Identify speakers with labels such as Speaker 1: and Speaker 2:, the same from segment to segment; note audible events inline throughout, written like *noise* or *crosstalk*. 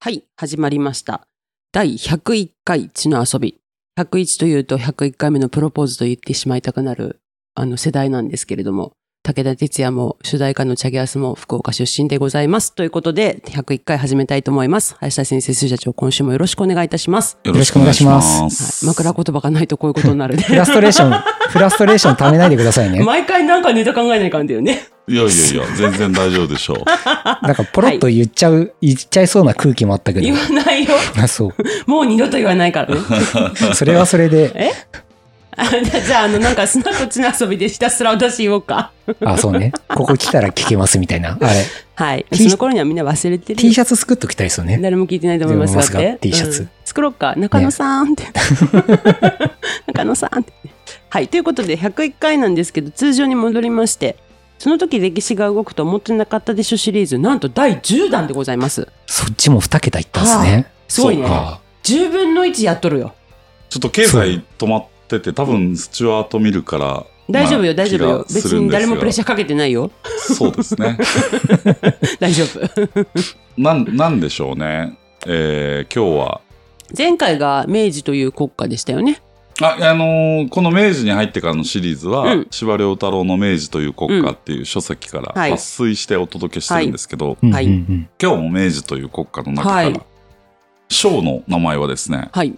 Speaker 1: はい、始まりました。第101回血の遊び。101というと101回目のプロポーズと言ってしまいたくなる、あの世代なんですけれども、武田鉄矢も主題歌のチャゲアスも福岡出身でございます。ということで、101回始めたいと思います。林田先生、水社長、今週もよろしくお願いいたします。
Speaker 2: よ
Speaker 3: ろしくお願いします
Speaker 2: ろしくお願いし
Speaker 1: はい、枕言葉がないとこういうことになるね。
Speaker 3: *laughs* フラストレ
Speaker 1: *laughs*
Speaker 3: ーション、フラストレーション溜めないでくださいね。
Speaker 1: 毎回なんかネタ考えないかんだよ
Speaker 3: *laughs*
Speaker 1: ね。
Speaker 2: いやいやいや、全然大丈夫でしょう。
Speaker 3: なんかポロッと言っちゃう、言っちゃいそうな空気もあったけど
Speaker 1: 言。わないよ。
Speaker 3: あそう。
Speaker 1: もう二度と言わない
Speaker 3: *laughs*
Speaker 1: からね。
Speaker 3: それはそ
Speaker 1: *laughs*
Speaker 3: れで、
Speaker 1: えあじゃあ、あの、なんか砂と血の遊びでひたすら私言おうか。
Speaker 3: あ、そうね。ここ来たら聞けますみたい
Speaker 1: *laughs*
Speaker 3: な。あれ、
Speaker 1: はい。
Speaker 3: T-
Speaker 1: その頃にはみんな忘れてるよ。
Speaker 3: T シャツ作っときたいですよね。
Speaker 1: 誰も聞いてないと思いますがって。
Speaker 3: でもますが T シャツ
Speaker 1: うん作ろうか。中野さんって。中野さんって。はい。ということで、101回なんですけど、通常に戻りまして、その時歴史が動くと思ってなかったでしょシリーズ、なんと第10弾でございます。
Speaker 3: そっちも二桁いったんですね。
Speaker 1: *laughs* すごいね
Speaker 2: そう。
Speaker 3: あ
Speaker 1: 10分の1やっとるよ。
Speaker 2: ちょっと経済止まってて、多分スチュワート見るから。
Speaker 1: 大丈夫
Speaker 2: ま
Speaker 1: よ、
Speaker 2: あ
Speaker 1: 大丈夫よ。別に誰もプレッシャ
Speaker 2: ー。
Speaker 1: ーかけてないよ。
Speaker 2: そうですね。
Speaker 1: 大丈夫。
Speaker 2: なん、なんでしょうね。えー、今日は。
Speaker 1: 前回が明治という国家でしたよね。
Speaker 2: あ、あのーこの明治に入ってからのシリーズは、
Speaker 1: うん
Speaker 2: 司馬遼太郎の明治という国家っていう書籍から
Speaker 1: はい
Speaker 2: 抜粋してお届けしてるんですけど、
Speaker 3: ーうんうんうん
Speaker 1: はい
Speaker 2: 今日も明治という国家の中か
Speaker 1: は
Speaker 2: ら
Speaker 1: い、
Speaker 2: 章、の名前はですね、
Speaker 1: はい。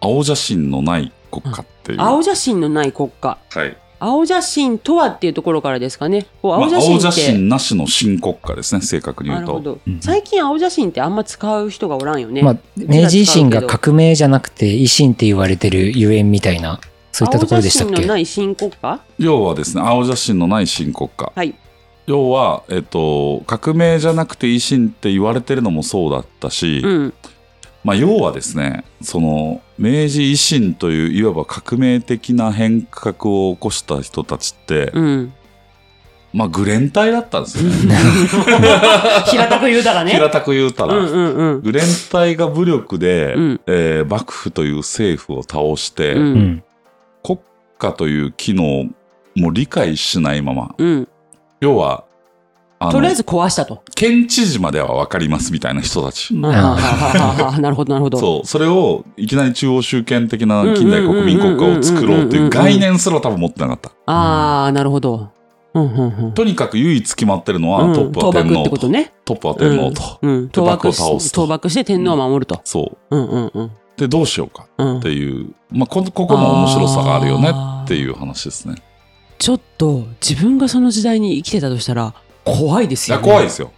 Speaker 2: 青写真のない国家っていう。
Speaker 1: 青写真のない国家。
Speaker 2: はい。
Speaker 1: 青写真とはっていうところからですかね。こう
Speaker 2: まあ
Speaker 1: 青写真っ
Speaker 2: 青
Speaker 1: て、
Speaker 2: 写真なしの新国家ですね、正確に
Speaker 1: な
Speaker 2: 言
Speaker 1: る
Speaker 2: う
Speaker 1: ほ
Speaker 2: と。
Speaker 1: ど、
Speaker 3: うん
Speaker 1: 最近青写真ってあんま使う人がおらんよね。
Speaker 3: まあ、明治維新が革命じゃなくて維新って言われてるゆえんみたいな、そういったところでしたっ
Speaker 1: 青写真
Speaker 3: け
Speaker 1: のない新国家
Speaker 2: 要はですね、青写真のない新国家。
Speaker 1: はい。
Speaker 2: 要は、えっと、革命じゃなくて維新って言われてるのもそうだったし、
Speaker 1: うん。
Speaker 2: まあ、要はですね、その、明治維新といういわば革命的な変革を起こした人たちって、
Speaker 1: うん。
Speaker 2: まあ、愚連隊だったんですよね。
Speaker 1: *laughs* 平たく言うたらね。
Speaker 2: 平たく言うた
Speaker 1: う
Speaker 2: ら。
Speaker 1: んうんうん。
Speaker 2: 愚連隊が武力で、
Speaker 1: うん
Speaker 2: えー幕府という政府を倒して、
Speaker 1: う。
Speaker 3: うんん。
Speaker 2: 国家という機能も理解しないまま、
Speaker 1: うん。
Speaker 2: 要は、あ
Speaker 1: とりあ
Speaker 2: の
Speaker 1: え、ず壊したと。
Speaker 2: 県知事までは分かりますみたいな人たち。
Speaker 1: あはははははなるほどなるほど。
Speaker 2: そう。それを、いきなり中央集権的な近代国民国家を作ろうという概念すら多分持ってなかった。
Speaker 1: ああ、なるほど。うんうんうん。
Speaker 2: とにかく唯一決まってるのは、
Speaker 1: うん
Speaker 2: トップは
Speaker 1: 倒
Speaker 2: 天
Speaker 1: 幕っ
Speaker 2: 皇
Speaker 1: てこと
Speaker 2: と。
Speaker 1: ね。
Speaker 2: トップは天皇と。
Speaker 1: うん。
Speaker 2: で
Speaker 1: 倒
Speaker 2: 幕
Speaker 1: 幕
Speaker 2: を倒す
Speaker 1: し
Speaker 2: と
Speaker 1: 倒幕して天皇を守ると。
Speaker 2: そ
Speaker 1: うんうんうん。
Speaker 2: う。で、どうしようか
Speaker 1: うん
Speaker 2: っていう。まあ、こここも面白さがあるよねっていう話ですね。
Speaker 1: ちょっと自分がその時代に生きてたとしたら怖いです
Speaker 2: い
Speaker 1: よ、
Speaker 2: や、
Speaker 1: ね。
Speaker 2: 怖いですよ。
Speaker 1: ね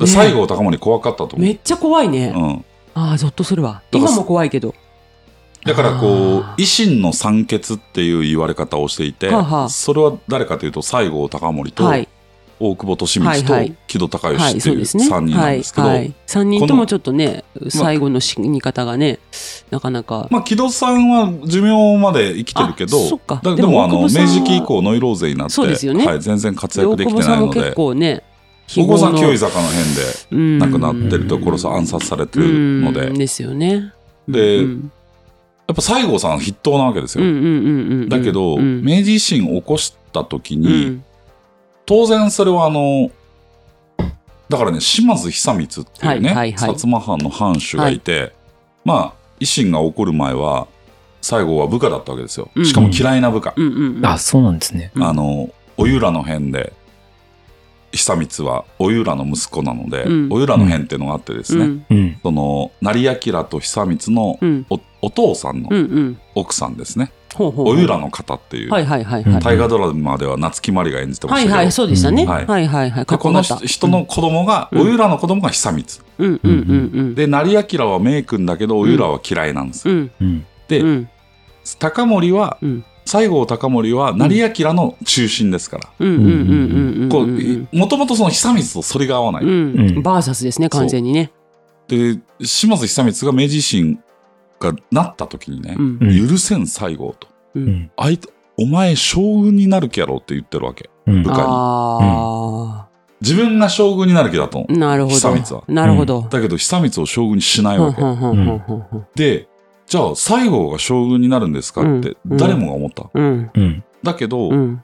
Speaker 2: 西郷隆盛怖かったと思う。
Speaker 1: めっちゃ怖いね。
Speaker 2: うん。
Speaker 1: ああ、ゾッとするわ。
Speaker 2: だか
Speaker 1: 今
Speaker 2: ら
Speaker 1: も怖いけど。
Speaker 2: だからこう
Speaker 1: あー
Speaker 2: 維新の三傑っていう言われ方をしていて、
Speaker 1: はあはあ
Speaker 2: それは誰かというと西郷隆盛と
Speaker 1: はい。
Speaker 2: 大久保利
Speaker 1: はい
Speaker 2: 通
Speaker 1: はい
Speaker 2: と木戸孝
Speaker 1: は
Speaker 2: 允
Speaker 1: い、
Speaker 2: って
Speaker 1: そう
Speaker 2: いう
Speaker 1: ですね。
Speaker 2: 3人な
Speaker 1: は
Speaker 2: ん
Speaker 1: い
Speaker 2: ですけど、
Speaker 1: はい。3人と
Speaker 2: こ
Speaker 1: も
Speaker 2: の
Speaker 1: ちょっとね、最後の死に方がね、なかなか。
Speaker 2: まあ、木戸さんは寿命まで生きてるけど
Speaker 1: あそっか
Speaker 2: だ
Speaker 1: で
Speaker 2: で
Speaker 1: も
Speaker 2: もあの
Speaker 1: 大久
Speaker 2: 明
Speaker 1: 保さんは
Speaker 2: 治期以降ノイローゼになって、
Speaker 1: そうですよね
Speaker 2: はい、全然活
Speaker 1: 大
Speaker 2: 躍で
Speaker 1: 久
Speaker 2: き
Speaker 1: 保
Speaker 2: て
Speaker 1: さ
Speaker 2: な
Speaker 1: ん
Speaker 2: い
Speaker 1: も
Speaker 2: の
Speaker 1: 結
Speaker 2: で
Speaker 1: 構ね、
Speaker 2: 大久保さん清居
Speaker 1: 日
Speaker 2: 坂の辺で
Speaker 1: 頃
Speaker 2: 亡
Speaker 1: の
Speaker 2: くなってると殺さ
Speaker 1: うん
Speaker 2: 暗殺されてるの
Speaker 1: う
Speaker 2: で
Speaker 1: んですよね。
Speaker 2: で、
Speaker 1: う
Speaker 2: や
Speaker 1: ん
Speaker 2: っぱ西郷さんは筆頭なわけです
Speaker 1: うん
Speaker 2: よ、
Speaker 1: うんうんうん。
Speaker 2: だけど、
Speaker 1: うん
Speaker 2: 明治維新を起こした時
Speaker 1: う
Speaker 2: に、
Speaker 1: ん
Speaker 2: 当然それはあの、だからね、島津久光っていうね、
Speaker 1: はいはいはい
Speaker 2: 薩摩藩の藩主がいて、まあ、維新が起こる前は、西郷は部下だったわけですよ。
Speaker 1: うん
Speaker 2: しかも嫌いな部下。
Speaker 1: うんうんうん。
Speaker 3: あ、そうなんですね。
Speaker 1: うん
Speaker 2: あの、おゆらの辺で、久光はおゆらの息子なので、
Speaker 1: うん
Speaker 2: おゆらの辺っていうのがあってですね、
Speaker 1: うん
Speaker 3: うん。
Speaker 2: その、成明と久光の
Speaker 1: うん
Speaker 2: おお父さんの
Speaker 1: うんうん。
Speaker 2: 奥さんですね、
Speaker 1: ほうほうほう。
Speaker 2: おゆらの方っていう、
Speaker 1: はいはいはいはい。
Speaker 2: 大河ドラマでは夏木マリが演じてま
Speaker 1: は
Speaker 2: した
Speaker 1: い
Speaker 2: けど、
Speaker 1: はい、そうでしたね。
Speaker 2: うん
Speaker 1: は
Speaker 2: はいい
Speaker 1: はいはい。か
Speaker 2: で
Speaker 1: っこ
Speaker 2: こ
Speaker 1: よか
Speaker 2: の
Speaker 1: った。
Speaker 2: 人の子供が、
Speaker 1: うん
Speaker 2: おゆらの子供が久光。
Speaker 1: うんうんうんうん。
Speaker 2: で、成明は名君だけど、おゆらは嫌いなんです
Speaker 1: う
Speaker 2: よ。
Speaker 1: ん。
Speaker 3: うん。
Speaker 2: で
Speaker 1: うん
Speaker 2: 高森は、
Speaker 1: うん
Speaker 2: 西郷隆盛は成明の中心ですから。
Speaker 1: うんうんうんうんうん。
Speaker 2: こうもともとその久光と反りが合わない。
Speaker 1: うん
Speaker 3: うん
Speaker 1: バーサスですね、完全にね。
Speaker 2: で、島津久光が明治維新がなった時にね
Speaker 1: う、ん
Speaker 3: うん
Speaker 2: 許せん西郷と。
Speaker 3: うん。
Speaker 2: あいつお前将軍になる気やろって言ってるわけ。
Speaker 3: うん
Speaker 2: 部。下に。
Speaker 1: あ
Speaker 2: 自分が将軍になる気だと思
Speaker 1: あ、なるほ
Speaker 2: 久
Speaker 1: ど
Speaker 2: 光は。
Speaker 1: なるほど。
Speaker 2: う。だけど久光を将軍にしない
Speaker 1: ふん
Speaker 2: わけ
Speaker 1: ふ。んふんふんふんふん
Speaker 2: で、じゃあ西郷が将軍になるんですかって
Speaker 1: うん
Speaker 2: 誰もが思った。
Speaker 1: うん。
Speaker 3: うん。
Speaker 2: だけど、
Speaker 1: うん。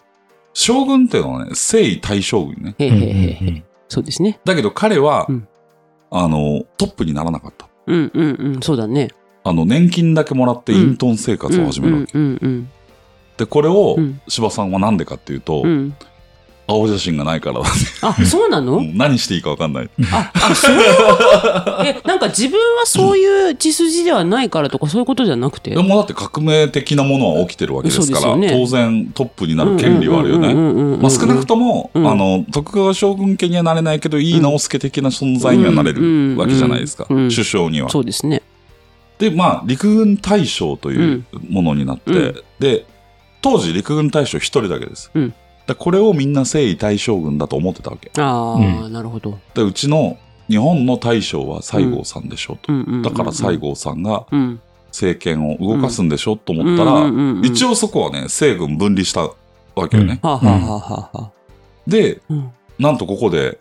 Speaker 2: 将軍っていうのはね、征夷大将軍ね。
Speaker 1: へえ
Speaker 3: うんう
Speaker 1: へえへえ。
Speaker 3: ん
Speaker 1: そうですね。
Speaker 2: だけど彼は、
Speaker 1: うん
Speaker 2: あの、トップにならなかった。
Speaker 1: うんうんうん。そうだね。
Speaker 2: あの、年金だけもらって隠遁生活を始めるわけ。
Speaker 1: うんうん
Speaker 2: で、これを
Speaker 1: うん
Speaker 2: 柴さんはなんでかっていう
Speaker 1: う
Speaker 2: と、
Speaker 1: ん。うん。
Speaker 2: 青写真がないからだって
Speaker 1: あ、そうなの
Speaker 2: うん *laughs* 何していいかわかんない。
Speaker 1: あ、そういうことえ、なんか自分はそういう血筋ではないからとかそういうことじゃなくて
Speaker 2: で。もだって革命的なものは起きてるわけですか
Speaker 1: そ
Speaker 2: ら、
Speaker 1: うですよね
Speaker 2: 当然トップになる権利はあるよね。
Speaker 1: ね
Speaker 2: まあ、少なくとも、
Speaker 1: うん
Speaker 2: あの、徳川将軍家にはなれないけど、いい直輔的な存在にはなれ
Speaker 1: うん
Speaker 2: るわけじゃないですか。
Speaker 1: うんうん
Speaker 2: 首相には。
Speaker 1: そうですね。
Speaker 2: で、まあ、陸軍大将というものになって、
Speaker 1: うん
Speaker 2: で、当時陸軍大将一人だけです。
Speaker 1: うん
Speaker 2: だこれをみんな征夷大将軍だと思ってたわけ。
Speaker 1: ああ、なるほど。
Speaker 2: で、うちの日本の大将は西郷さんでしょうと。だから西郷さんが
Speaker 1: うん。
Speaker 2: 政権を動かすんでしょうと思ったら、一
Speaker 1: 応。
Speaker 2: 応そこはね、西軍分離したわけよね。
Speaker 1: はあはあはあはあ。
Speaker 2: で、
Speaker 1: うん。
Speaker 2: なんとここで、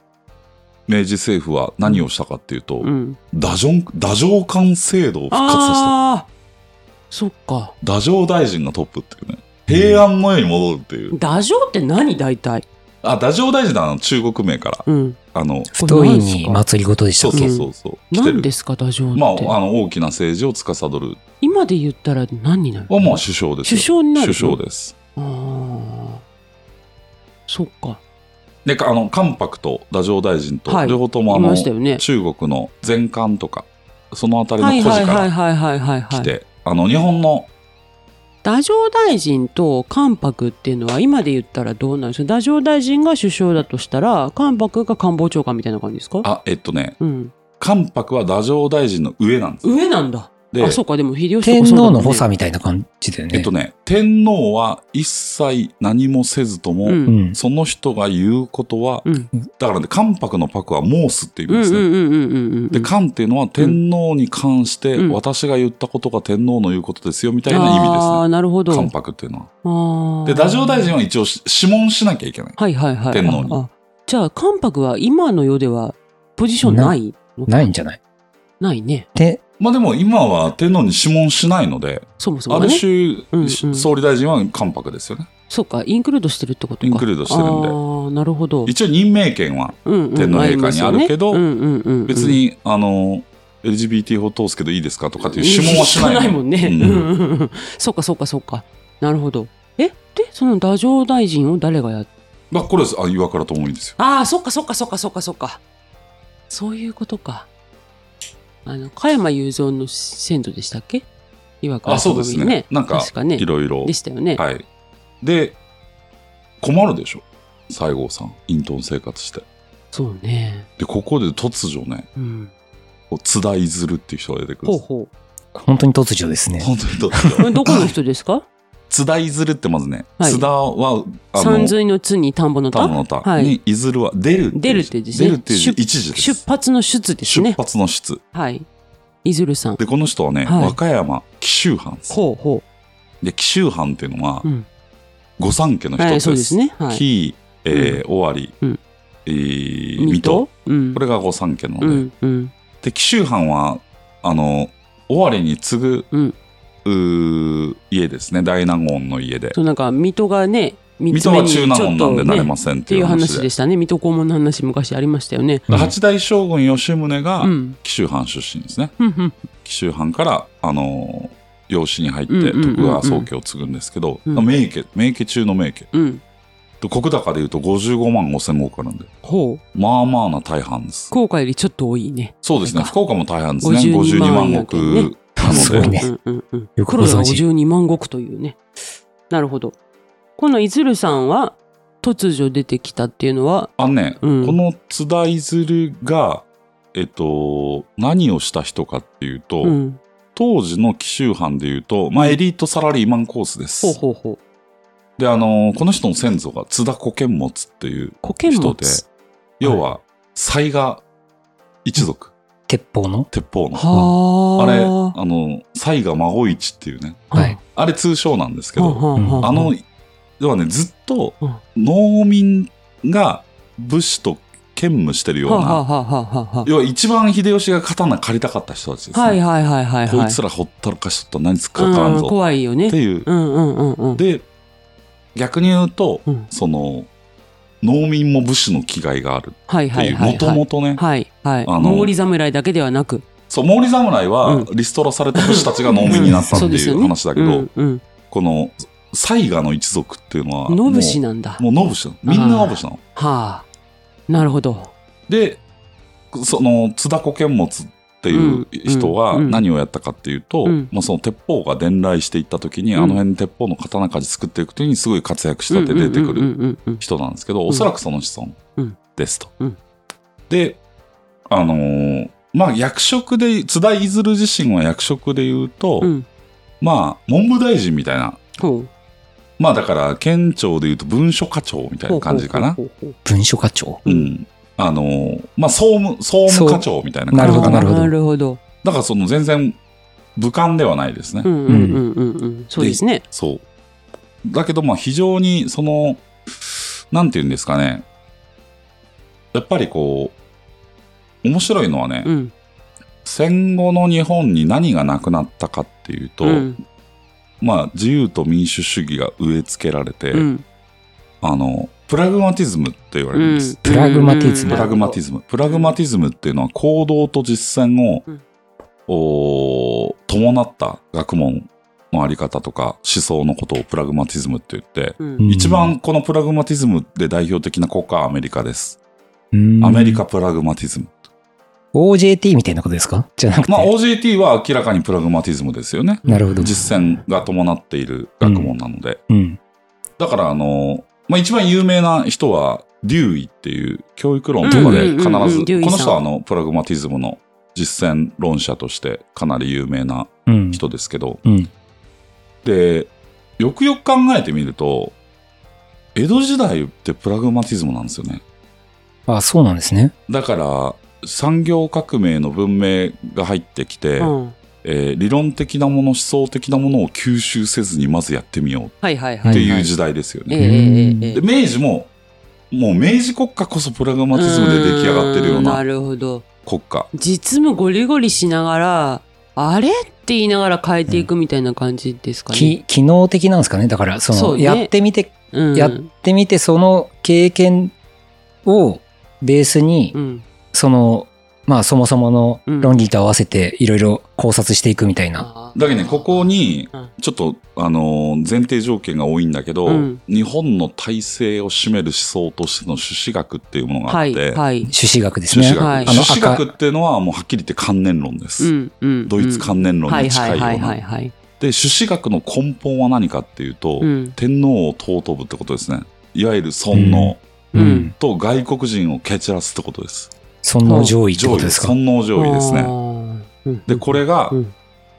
Speaker 2: 明治政府は何をしたかっていうと、
Speaker 1: うん。
Speaker 2: 打上、打上官制度を復活させた。
Speaker 1: ああ。そっか。
Speaker 2: 打上大臣がトップっていうね。平安の世に戻るっていう。
Speaker 1: ダジョウって何大体。
Speaker 2: あ、打上大臣だな、中国名から。
Speaker 1: うん。
Speaker 2: あの、
Speaker 3: 太いに祭りごとでした
Speaker 2: そ
Speaker 3: っ
Speaker 2: う
Speaker 3: け
Speaker 2: そうそうそう。来て
Speaker 1: 何
Speaker 2: る。
Speaker 1: ですか、ダジョウ
Speaker 2: ま
Speaker 1: って。
Speaker 2: あ、あの、大きな政治を司る。
Speaker 1: 今で言ったら何になる
Speaker 2: は、まあ、首相ですよ。
Speaker 1: 首相になるの
Speaker 2: 首相です。
Speaker 1: ああ。そっか。
Speaker 2: で、かあの、関白と打上大臣と
Speaker 1: は、い
Speaker 2: 両方ともあ
Speaker 1: い
Speaker 2: の、
Speaker 1: ましたよね。
Speaker 2: 中国の前漢とか、そのあたりの
Speaker 1: はい
Speaker 2: 孤
Speaker 1: は
Speaker 2: 児
Speaker 1: い
Speaker 2: か
Speaker 1: はい
Speaker 2: ら
Speaker 1: はいはいはいは
Speaker 2: 来
Speaker 1: い。
Speaker 2: て、あの、日本の
Speaker 1: 太政大臣と関白っていうのは今で言ったらどうなんですか太政大臣が首相だとしたら関白が官房長官みたいな感じですか
Speaker 2: あ、えっとね、
Speaker 1: うん、
Speaker 2: 関白は太政大臣の上なんです。
Speaker 1: 上なんだ
Speaker 2: で
Speaker 1: あ、そうかでも秀吉と
Speaker 3: 天
Speaker 1: かそうだも
Speaker 3: 皇
Speaker 1: ん
Speaker 3: の
Speaker 1: ね
Speaker 3: 補佐みたいな感じだよね。
Speaker 2: えっとね、天皇は一切何もせずとも、
Speaker 1: うん
Speaker 3: うん。
Speaker 2: その人が言うことは、
Speaker 1: うん
Speaker 2: だからね、関白のパクは申すっていう意
Speaker 1: うんう
Speaker 2: 味で
Speaker 1: ん
Speaker 2: すね。
Speaker 1: うんうんうんうん
Speaker 2: で、関っていうのは天皇に関して、
Speaker 1: うん
Speaker 2: 私が言ったことが天皇の言うことですよ、みたいな意
Speaker 1: ああ
Speaker 2: 味
Speaker 1: なるほど
Speaker 2: ですね。関白っていうのは。
Speaker 1: あ
Speaker 2: で、太政大
Speaker 1: 臣
Speaker 2: 臣は一応し諮問しなきゃいけない。
Speaker 1: はいはいはい
Speaker 2: 天皇に
Speaker 1: ああじゃあ関白は今の世ではポジションないの
Speaker 3: ないんじゃない
Speaker 1: ないね
Speaker 3: で、
Speaker 2: まあでも今は天皇に諮問しないので、
Speaker 1: そもそ
Speaker 2: あ
Speaker 1: も
Speaker 2: る
Speaker 1: ね
Speaker 2: 種、
Speaker 1: うんうん
Speaker 2: 総理大臣は関白ですよね。
Speaker 1: そうかインクルードしてるってことか
Speaker 2: インクルードしてるんで
Speaker 1: ああなるほど
Speaker 2: 一応任命権は
Speaker 1: 天
Speaker 2: 天皇陛下にあるけど別
Speaker 1: 別
Speaker 2: に、あの、LGBT 法通すけどいいですかとかっていう諮問はしない。
Speaker 1: ない *laughs* もんね。
Speaker 2: うん
Speaker 1: うんうんうんそうかそうかそうか。なるほど。えでその太政大臣を誰がやっ
Speaker 2: まあ、これです。あ、岩倉と思うんですよ。
Speaker 1: ああそっかそっかそっかそっかそっか。そういうことか。あの加山雄三の先祖でしたっけ岩倉
Speaker 2: あ、そうです
Speaker 1: 智美
Speaker 2: ね。なんか
Speaker 1: 確、かね
Speaker 2: い。ろいろ
Speaker 1: で。したよね。
Speaker 2: はい。で、困るでしょ。西郷さん、隠遁生活して。
Speaker 1: そうね。
Speaker 2: で、ここで突如ね、
Speaker 1: うん。
Speaker 2: こう津田いずるっていう人が出てくる
Speaker 1: ほ
Speaker 2: ん
Speaker 1: う
Speaker 2: です。
Speaker 1: ほ
Speaker 3: 本当に突如ですね。
Speaker 2: 本当に突
Speaker 1: う。え
Speaker 2: 如。
Speaker 1: どこの人ですか？
Speaker 2: *laughs* 津田いずるってまずね、
Speaker 1: はい
Speaker 2: 津田は、あ
Speaker 1: 山
Speaker 2: の、
Speaker 1: 水の津に田んぼの
Speaker 2: 田
Speaker 1: 田。
Speaker 2: の田
Speaker 1: はい
Speaker 2: に、いずるは出るっていう字。
Speaker 1: 出るってですね
Speaker 2: 出るっていう字
Speaker 1: 出
Speaker 2: 一時です。
Speaker 1: 出発の出です
Speaker 2: 出
Speaker 1: ね。
Speaker 2: 発の出。
Speaker 1: はい。いずるさん。
Speaker 2: で、この人はね、
Speaker 1: はい
Speaker 2: 和歌山紀州藩です。
Speaker 1: ほうほ
Speaker 2: で、紀州藩っていうのは
Speaker 1: う。う、ん。
Speaker 2: 御三家の一つ
Speaker 1: は
Speaker 2: で
Speaker 1: い、
Speaker 2: す。
Speaker 1: そうですね。はい。
Speaker 2: 紀、えー、尾張、
Speaker 1: うん
Speaker 2: えー水戸。
Speaker 1: うん
Speaker 2: これが御三家なので、
Speaker 1: うんうん
Speaker 2: で紀州藩はあの尾張に次ぐ、
Speaker 1: うん
Speaker 2: うー家ですね大納言の家で
Speaker 1: そうなんか水戸がね三
Speaker 2: 水
Speaker 1: つ
Speaker 2: 戸
Speaker 1: 目
Speaker 2: は
Speaker 1: に
Speaker 2: 中納言なんでなれ
Speaker 1: ちょっとね
Speaker 2: ませんっ
Speaker 1: ってて
Speaker 2: い
Speaker 1: いうう
Speaker 2: 話
Speaker 1: 話
Speaker 2: で
Speaker 1: でしたね水戸黄門の話昔ありましたよね
Speaker 3: た
Speaker 2: 八代将軍吉宗が
Speaker 1: うん
Speaker 2: 紀州藩出身ですね、
Speaker 1: ふんふん
Speaker 2: 紀州藩からあのー養子に入って
Speaker 1: うんうんうんうん
Speaker 2: 徳川宗家を継ぐんですけど、
Speaker 1: うん
Speaker 2: 名家名家中の名家
Speaker 1: うん
Speaker 2: で国高でいうと55万5千石あるんで
Speaker 1: ほう
Speaker 2: まあまあな大半です
Speaker 1: 福岡よりちょっと多いね
Speaker 2: そうですね
Speaker 1: なんか
Speaker 2: 福岡も大半ですね
Speaker 1: 52
Speaker 2: 52
Speaker 1: 万
Speaker 2: 万
Speaker 1: 石
Speaker 2: 石
Speaker 3: ね
Speaker 2: な
Speaker 3: すご
Speaker 2: の
Speaker 3: い
Speaker 2: で
Speaker 3: ね
Speaker 1: うんうんうん
Speaker 3: よくご
Speaker 1: 黒田
Speaker 3: 存知。
Speaker 1: 52万石というねなるほどこのいずるさんは突如出てきたっていうのは
Speaker 2: あのね、
Speaker 1: うん
Speaker 2: この津田いずるが、えっと、何をした人かっていうと、
Speaker 1: うん
Speaker 2: 当時の紀州藩でいうと、まあ、エリートサラリーマンコースです。
Speaker 1: ほうほうほう
Speaker 2: で、あのーこの人の先祖が津田古剣持っていう、
Speaker 1: 古剣
Speaker 2: 人
Speaker 1: 持
Speaker 2: で要は、災賀一族、
Speaker 3: 鉄砲の
Speaker 2: 鉄砲の。あれ、あ
Speaker 1: は
Speaker 2: の、災賀孫一っていうね、
Speaker 1: あ
Speaker 3: はい。
Speaker 2: あれ通称なんですけ
Speaker 1: はあ
Speaker 2: ど、
Speaker 1: はあはあ
Speaker 2: あの、要はね、ずっと
Speaker 1: うん
Speaker 2: 農民が武士と兼務してるよ
Speaker 1: は
Speaker 2: う
Speaker 1: あはあ
Speaker 2: な、
Speaker 1: はあはあは
Speaker 2: 要は一番秀吉が刀借りたかった人たちです
Speaker 1: あ。
Speaker 2: ね。
Speaker 1: はいはいはいはいはい。
Speaker 2: こいつらほったらかしとったら何使うかん
Speaker 1: うん
Speaker 2: ぞ
Speaker 1: 怖いよ
Speaker 2: って
Speaker 1: ね。
Speaker 2: いう。
Speaker 1: うんうんうんうん。
Speaker 2: で、逆に言うと、
Speaker 1: うん
Speaker 2: その、農民も武士の気概がある
Speaker 1: はい
Speaker 2: って、
Speaker 1: はいいうはい
Speaker 2: もと
Speaker 1: はい。
Speaker 2: もとね、
Speaker 1: はいはい。
Speaker 2: あの
Speaker 1: 毛利侍だけではなく。
Speaker 2: そう、毛利侍は
Speaker 1: うん
Speaker 2: リストラされた武士たちが農民になったっ
Speaker 1: *laughs*
Speaker 2: て
Speaker 1: うんそうです
Speaker 2: い
Speaker 1: よ
Speaker 2: う
Speaker 1: ね
Speaker 2: 話だけ
Speaker 1: う
Speaker 2: ど
Speaker 1: ん、うん。
Speaker 2: この、西賀の一族っていうのは、もう
Speaker 1: 信氏なんだ。は
Speaker 2: もうノブシなの。みんなノブシなの。
Speaker 1: あ。なるほど。
Speaker 2: で、その津田古剣持っていう人は
Speaker 1: うんうん
Speaker 2: 何をやったかっていうと、
Speaker 1: うん
Speaker 2: まあ、その鉄砲が伝来していった時に、
Speaker 1: うん
Speaker 2: あの辺鉄砲の刀鍛冶作っていく時にすごい活躍したって出て
Speaker 1: う
Speaker 2: く
Speaker 1: んう
Speaker 2: る
Speaker 1: んうんうん
Speaker 2: 人なんですけど、おそらくその子
Speaker 1: うん
Speaker 2: 孫ですと。
Speaker 1: うん
Speaker 2: で、あのーまあ役職で、津田いずる自身は役職で言うと、
Speaker 1: うん。うん。
Speaker 2: まあ文部大臣みたいな、
Speaker 1: ほう。
Speaker 2: まあだから県庁で言うと文書課長みたいな感じかな。
Speaker 1: ほうほうほうほう
Speaker 3: 文書課長。
Speaker 1: う
Speaker 2: うんん。あのーまあ総務、総務課長みたいな
Speaker 3: なる
Speaker 2: 感
Speaker 3: ほ
Speaker 2: じ
Speaker 3: ど
Speaker 2: か
Speaker 1: あ
Speaker 2: な
Speaker 1: ー。
Speaker 3: るほど
Speaker 1: なるほど。
Speaker 2: だからその全然武漢ではないですね。
Speaker 1: うんうんうんうんうん。そうですね。
Speaker 2: そう。だけどまあ非常にその、なんて言うんですかね。やっぱりこう、面白いのはね、
Speaker 1: うん。
Speaker 2: 戦後の日本に何がなくなったかっていうと、
Speaker 1: うん
Speaker 2: まあ自由と民主主義が植え付けられて、
Speaker 1: うん。
Speaker 2: あの、プラグマティズムって言われるんです。
Speaker 3: プラグマティズ
Speaker 2: プラグマティ
Speaker 1: ズ
Speaker 2: ズム。プラグマティズムっていうのは行動と実践を、
Speaker 1: うん
Speaker 2: おー伴った学問のあり方とか思想のことをプラグマティズムって言って、
Speaker 1: ム
Speaker 3: うん
Speaker 2: 一番このプラグマティズムで代表的な国家はアメリカです。
Speaker 3: うん
Speaker 2: アメリカ。プラグマティズム。
Speaker 3: OJT みたいなことですかじゃなくて。
Speaker 2: まあ OGT は明らかにプラグマティズムですよね。
Speaker 3: なるほど。
Speaker 2: 実践が伴っている学問なので。
Speaker 3: うん。
Speaker 2: だからあの、まあ、一番有名な人は、デューイっていう教育論とかで
Speaker 1: うんうん
Speaker 2: 必
Speaker 1: うんうん
Speaker 2: ず、
Speaker 1: デューイさん
Speaker 2: この人はあの、プラグマティズムの実践論者としてかなり有名な
Speaker 3: うん。
Speaker 2: 人ですけど、
Speaker 3: うん。
Speaker 2: で、よくよく考えてみると、江戸時代ってプラグマティズムなんですよね。
Speaker 3: あ、そうなんですね。
Speaker 2: だから、産業革命の文明が入ってきて、
Speaker 1: うん
Speaker 2: えー理論的なもの、思想的なものを吸収せずにまずやってみようっ
Speaker 1: はいはいはい。
Speaker 2: ていう時代ですよね。
Speaker 1: ええええええ
Speaker 2: で明治ももう明治国家こそプラグマティズムで出来上がってるよう
Speaker 1: ーんな
Speaker 2: な
Speaker 1: るほど
Speaker 2: 国家
Speaker 1: 実務ゴリゴリしながらあれって言いながら変えていくみたいな感じですかね、
Speaker 3: き機能的なんですかね。だから、そ
Speaker 1: そう
Speaker 3: の、
Speaker 1: ね
Speaker 3: やってみて、
Speaker 1: うん、
Speaker 3: やってみて、その経験をベースに
Speaker 1: う、ん
Speaker 3: その、まあ、そもそもの
Speaker 1: うん
Speaker 3: 論理と合わせて、いろいろ考察していくみたいな。
Speaker 1: あー
Speaker 2: だけどねここに
Speaker 1: うん
Speaker 2: ちょっと、あのー前提条件が多いんだけど、
Speaker 1: うん
Speaker 2: 日本の体制を占める思想としての朱子学っていうものがあ
Speaker 1: は
Speaker 2: っ
Speaker 1: い
Speaker 2: て、
Speaker 1: はい
Speaker 3: 朱子学です
Speaker 2: 朱子
Speaker 3: ね
Speaker 2: 学、。
Speaker 1: はい
Speaker 2: 朱子
Speaker 3: あの
Speaker 2: 学っていうのはもうはっきり言って観念論です、
Speaker 1: うんうん
Speaker 2: ドイツ観念論
Speaker 1: はい
Speaker 2: に
Speaker 1: は
Speaker 2: 近
Speaker 1: い
Speaker 2: いよう
Speaker 1: はいは
Speaker 2: ない
Speaker 1: はい
Speaker 2: で朱子学の根本は何かっていうと、
Speaker 1: うん
Speaker 2: 天皇を尊ぶってことですねいわゆる尊皇
Speaker 1: うん
Speaker 3: うん。
Speaker 2: と外国人を蹴散らすってことです、
Speaker 3: 尊王上位って
Speaker 2: 上
Speaker 3: こ
Speaker 2: 位
Speaker 3: と
Speaker 2: で
Speaker 3: です
Speaker 2: す
Speaker 3: か。
Speaker 2: 尊皇上位ですね
Speaker 1: あーうん
Speaker 2: でこれが、
Speaker 1: うん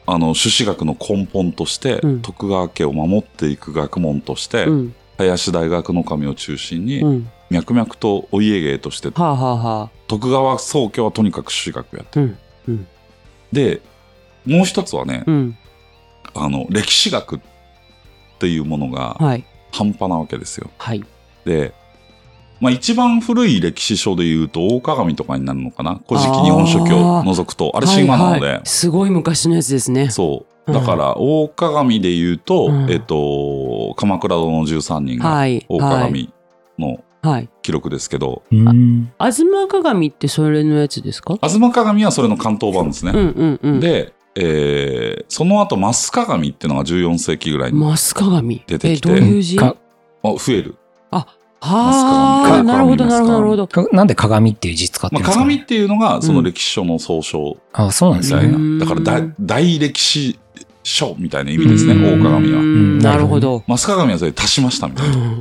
Speaker 2: あの朱子学の根本として、
Speaker 1: うん
Speaker 2: 徳川家を守っていく学問として、
Speaker 1: うん
Speaker 2: 林大学の神を中心に、
Speaker 1: うん
Speaker 2: 脈々とお家芸として
Speaker 1: はあはあはあ
Speaker 2: 徳川宗家はとにかく朱子学やってる、
Speaker 1: うん
Speaker 2: でもう一つはね、
Speaker 1: うん
Speaker 2: あの歴史学っていうものが
Speaker 1: はい
Speaker 2: 半端なわけですよ
Speaker 1: はい
Speaker 2: で、まあ、一番古い歴史書でいうと大鏡とかになるのかな「古事記日本書紀」を除くとあれ神話なので、
Speaker 1: はいはいすごい昔のやつですね
Speaker 2: そう。
Speaker 1: うん
Speaker 2: だから、大鏡で言うと、
Speaker 1: うん
Speaker 2: えっと、鎌倉殿の13人が
Speaker 1: はい
Speaker 2: 大
Speaker 1: はい
Speaker 2: 鏡の
Speaker 1: はい
Speaker 2: 記録ですけど、
Speaker 3: うん。
Speaker 1: 東鏡ってそれのやつですか
Speaker 2: 吾妻鏡はそれの関東版です
Speaker 1: う
Speaker 2: ね。
Speaker 1: んうんうん
Speaker 2: で、えーその後、増鏡っていうのが14世紀ぐらいに
Speaker 1: マス鏡。
Speaker 2: 出てきて
Speaker 1: え、どういう字
Speaker 3: か
Speaker 1: は
Speaker 2: あ増える。マス
Speaker 1: あ
Speaker 2: 鏡、
Speaker 1: なるほど、
Speaker 2: 鏡
Speaker 1: なるほど、なるほ
Speaker 2: マ
Speaker 1: ど。
Speaker 3: かなんで鏡っていう字使って
Speaker 2: まあ、
Speaker 3: るんですか、
Speaker 2: 鏡っていうのが、その歴史書の総称
Speaker 3: あ、そうなんで
Speaker 2: み
Speaker 3: す
Speaker 2: たい
Speaker 3: ね。
Speaker 1: うん
Speaker 2: な。だから大、大歴史書みたいな意味ですね、
Speaker 1: うん
Speaker 2: 大鏡は。
Speaker 1: うんなるほど。
Speaker 2: 増鏡はそれ足しましたみたいな。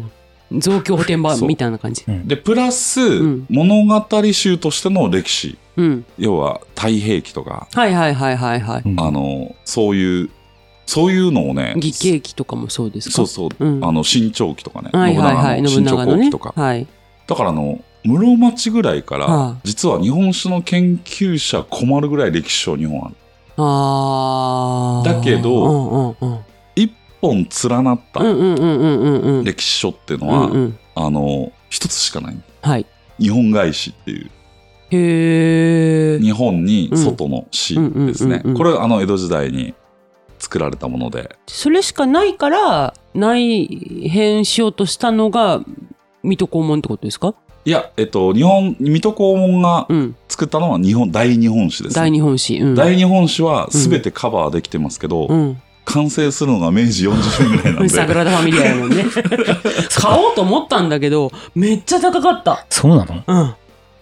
Speaker 1: 増強補填版
Speaker 2: そう
Speaker 1: みたいな感じ。
Speaker 2: で、プラス、
Speaker 1: ん
Speaker 2: 物語集としての歴史。
Speaker 1: うん。
Speaker 2: 要は、太平記とか、
Speaker 1: はいはいはいはいはい。
Speaker 3: うん
Speaker 2: あの、そういう、そういうのをね、
Speaker 1: 義経記とかもそうですか
Speaker 2: そうそう、
Speaker 1: うん
Speaker 2: あの、新潮記とかね、
Speaker 1: はいはいはい。信
Speaker 2: 信
Speaker 1: 長
Speaker 2: 長の新
Speaker 1: の
Speaker 2: 潮後
Speaker 1: ね
Speaker 2: 期と。か。
Speaker 1: はい。
Speaker 2: だからあの、室町ぐらいから、
Speaker 1: はあ
Speaker 2: 実は日本史の研究者困るぐらい歴史書日本ある。
Speaker 1: あー
Speaker 2: だけど、
Speaker 1: うんうんうん。
Speaker 2: 一本連なった
Speaker 1: うんうんうんうんうんうん。
Speaker 2: 歴史書っていうのは、
Speaker 1: うんうん
Speaker 2: あの、一つしかない。
Speaker 1: はい。
Speaker 2: 日本外資っていう、
Speaker 1: へー。
Speaker 2: 日本に外の市ですね
Speaker 1: うんうんうんうんう。ん
Speaker 2: これ、あの、江戸時代に作られたもので、
Speaker 1: それしかないから、内変しようとしたのが、水戸黄門ってことですか
Speaker 2: いや、えっと、日本、水戸黄門が
Speaker 1: うん。
Speaker 2: 作ったのは日本、大日本史です、
Speaker 1: 大
Speaker 2: ね。
Speaker 1: 日本史。うん。
Speaker 2: 大日本史は全てカバーできてますけど、
Speaker 1: うん。
Speaker 2: 完成するのが明治40年ぐらいなんで。
Speaker 1: 桜田ファミリアやもん
Speaker 2: *laughs*
Speaker 1: ね。買おうと思ったんだけど、めっちゃ高かった。
Speaker 3: そうなの
Speaker 1: うん。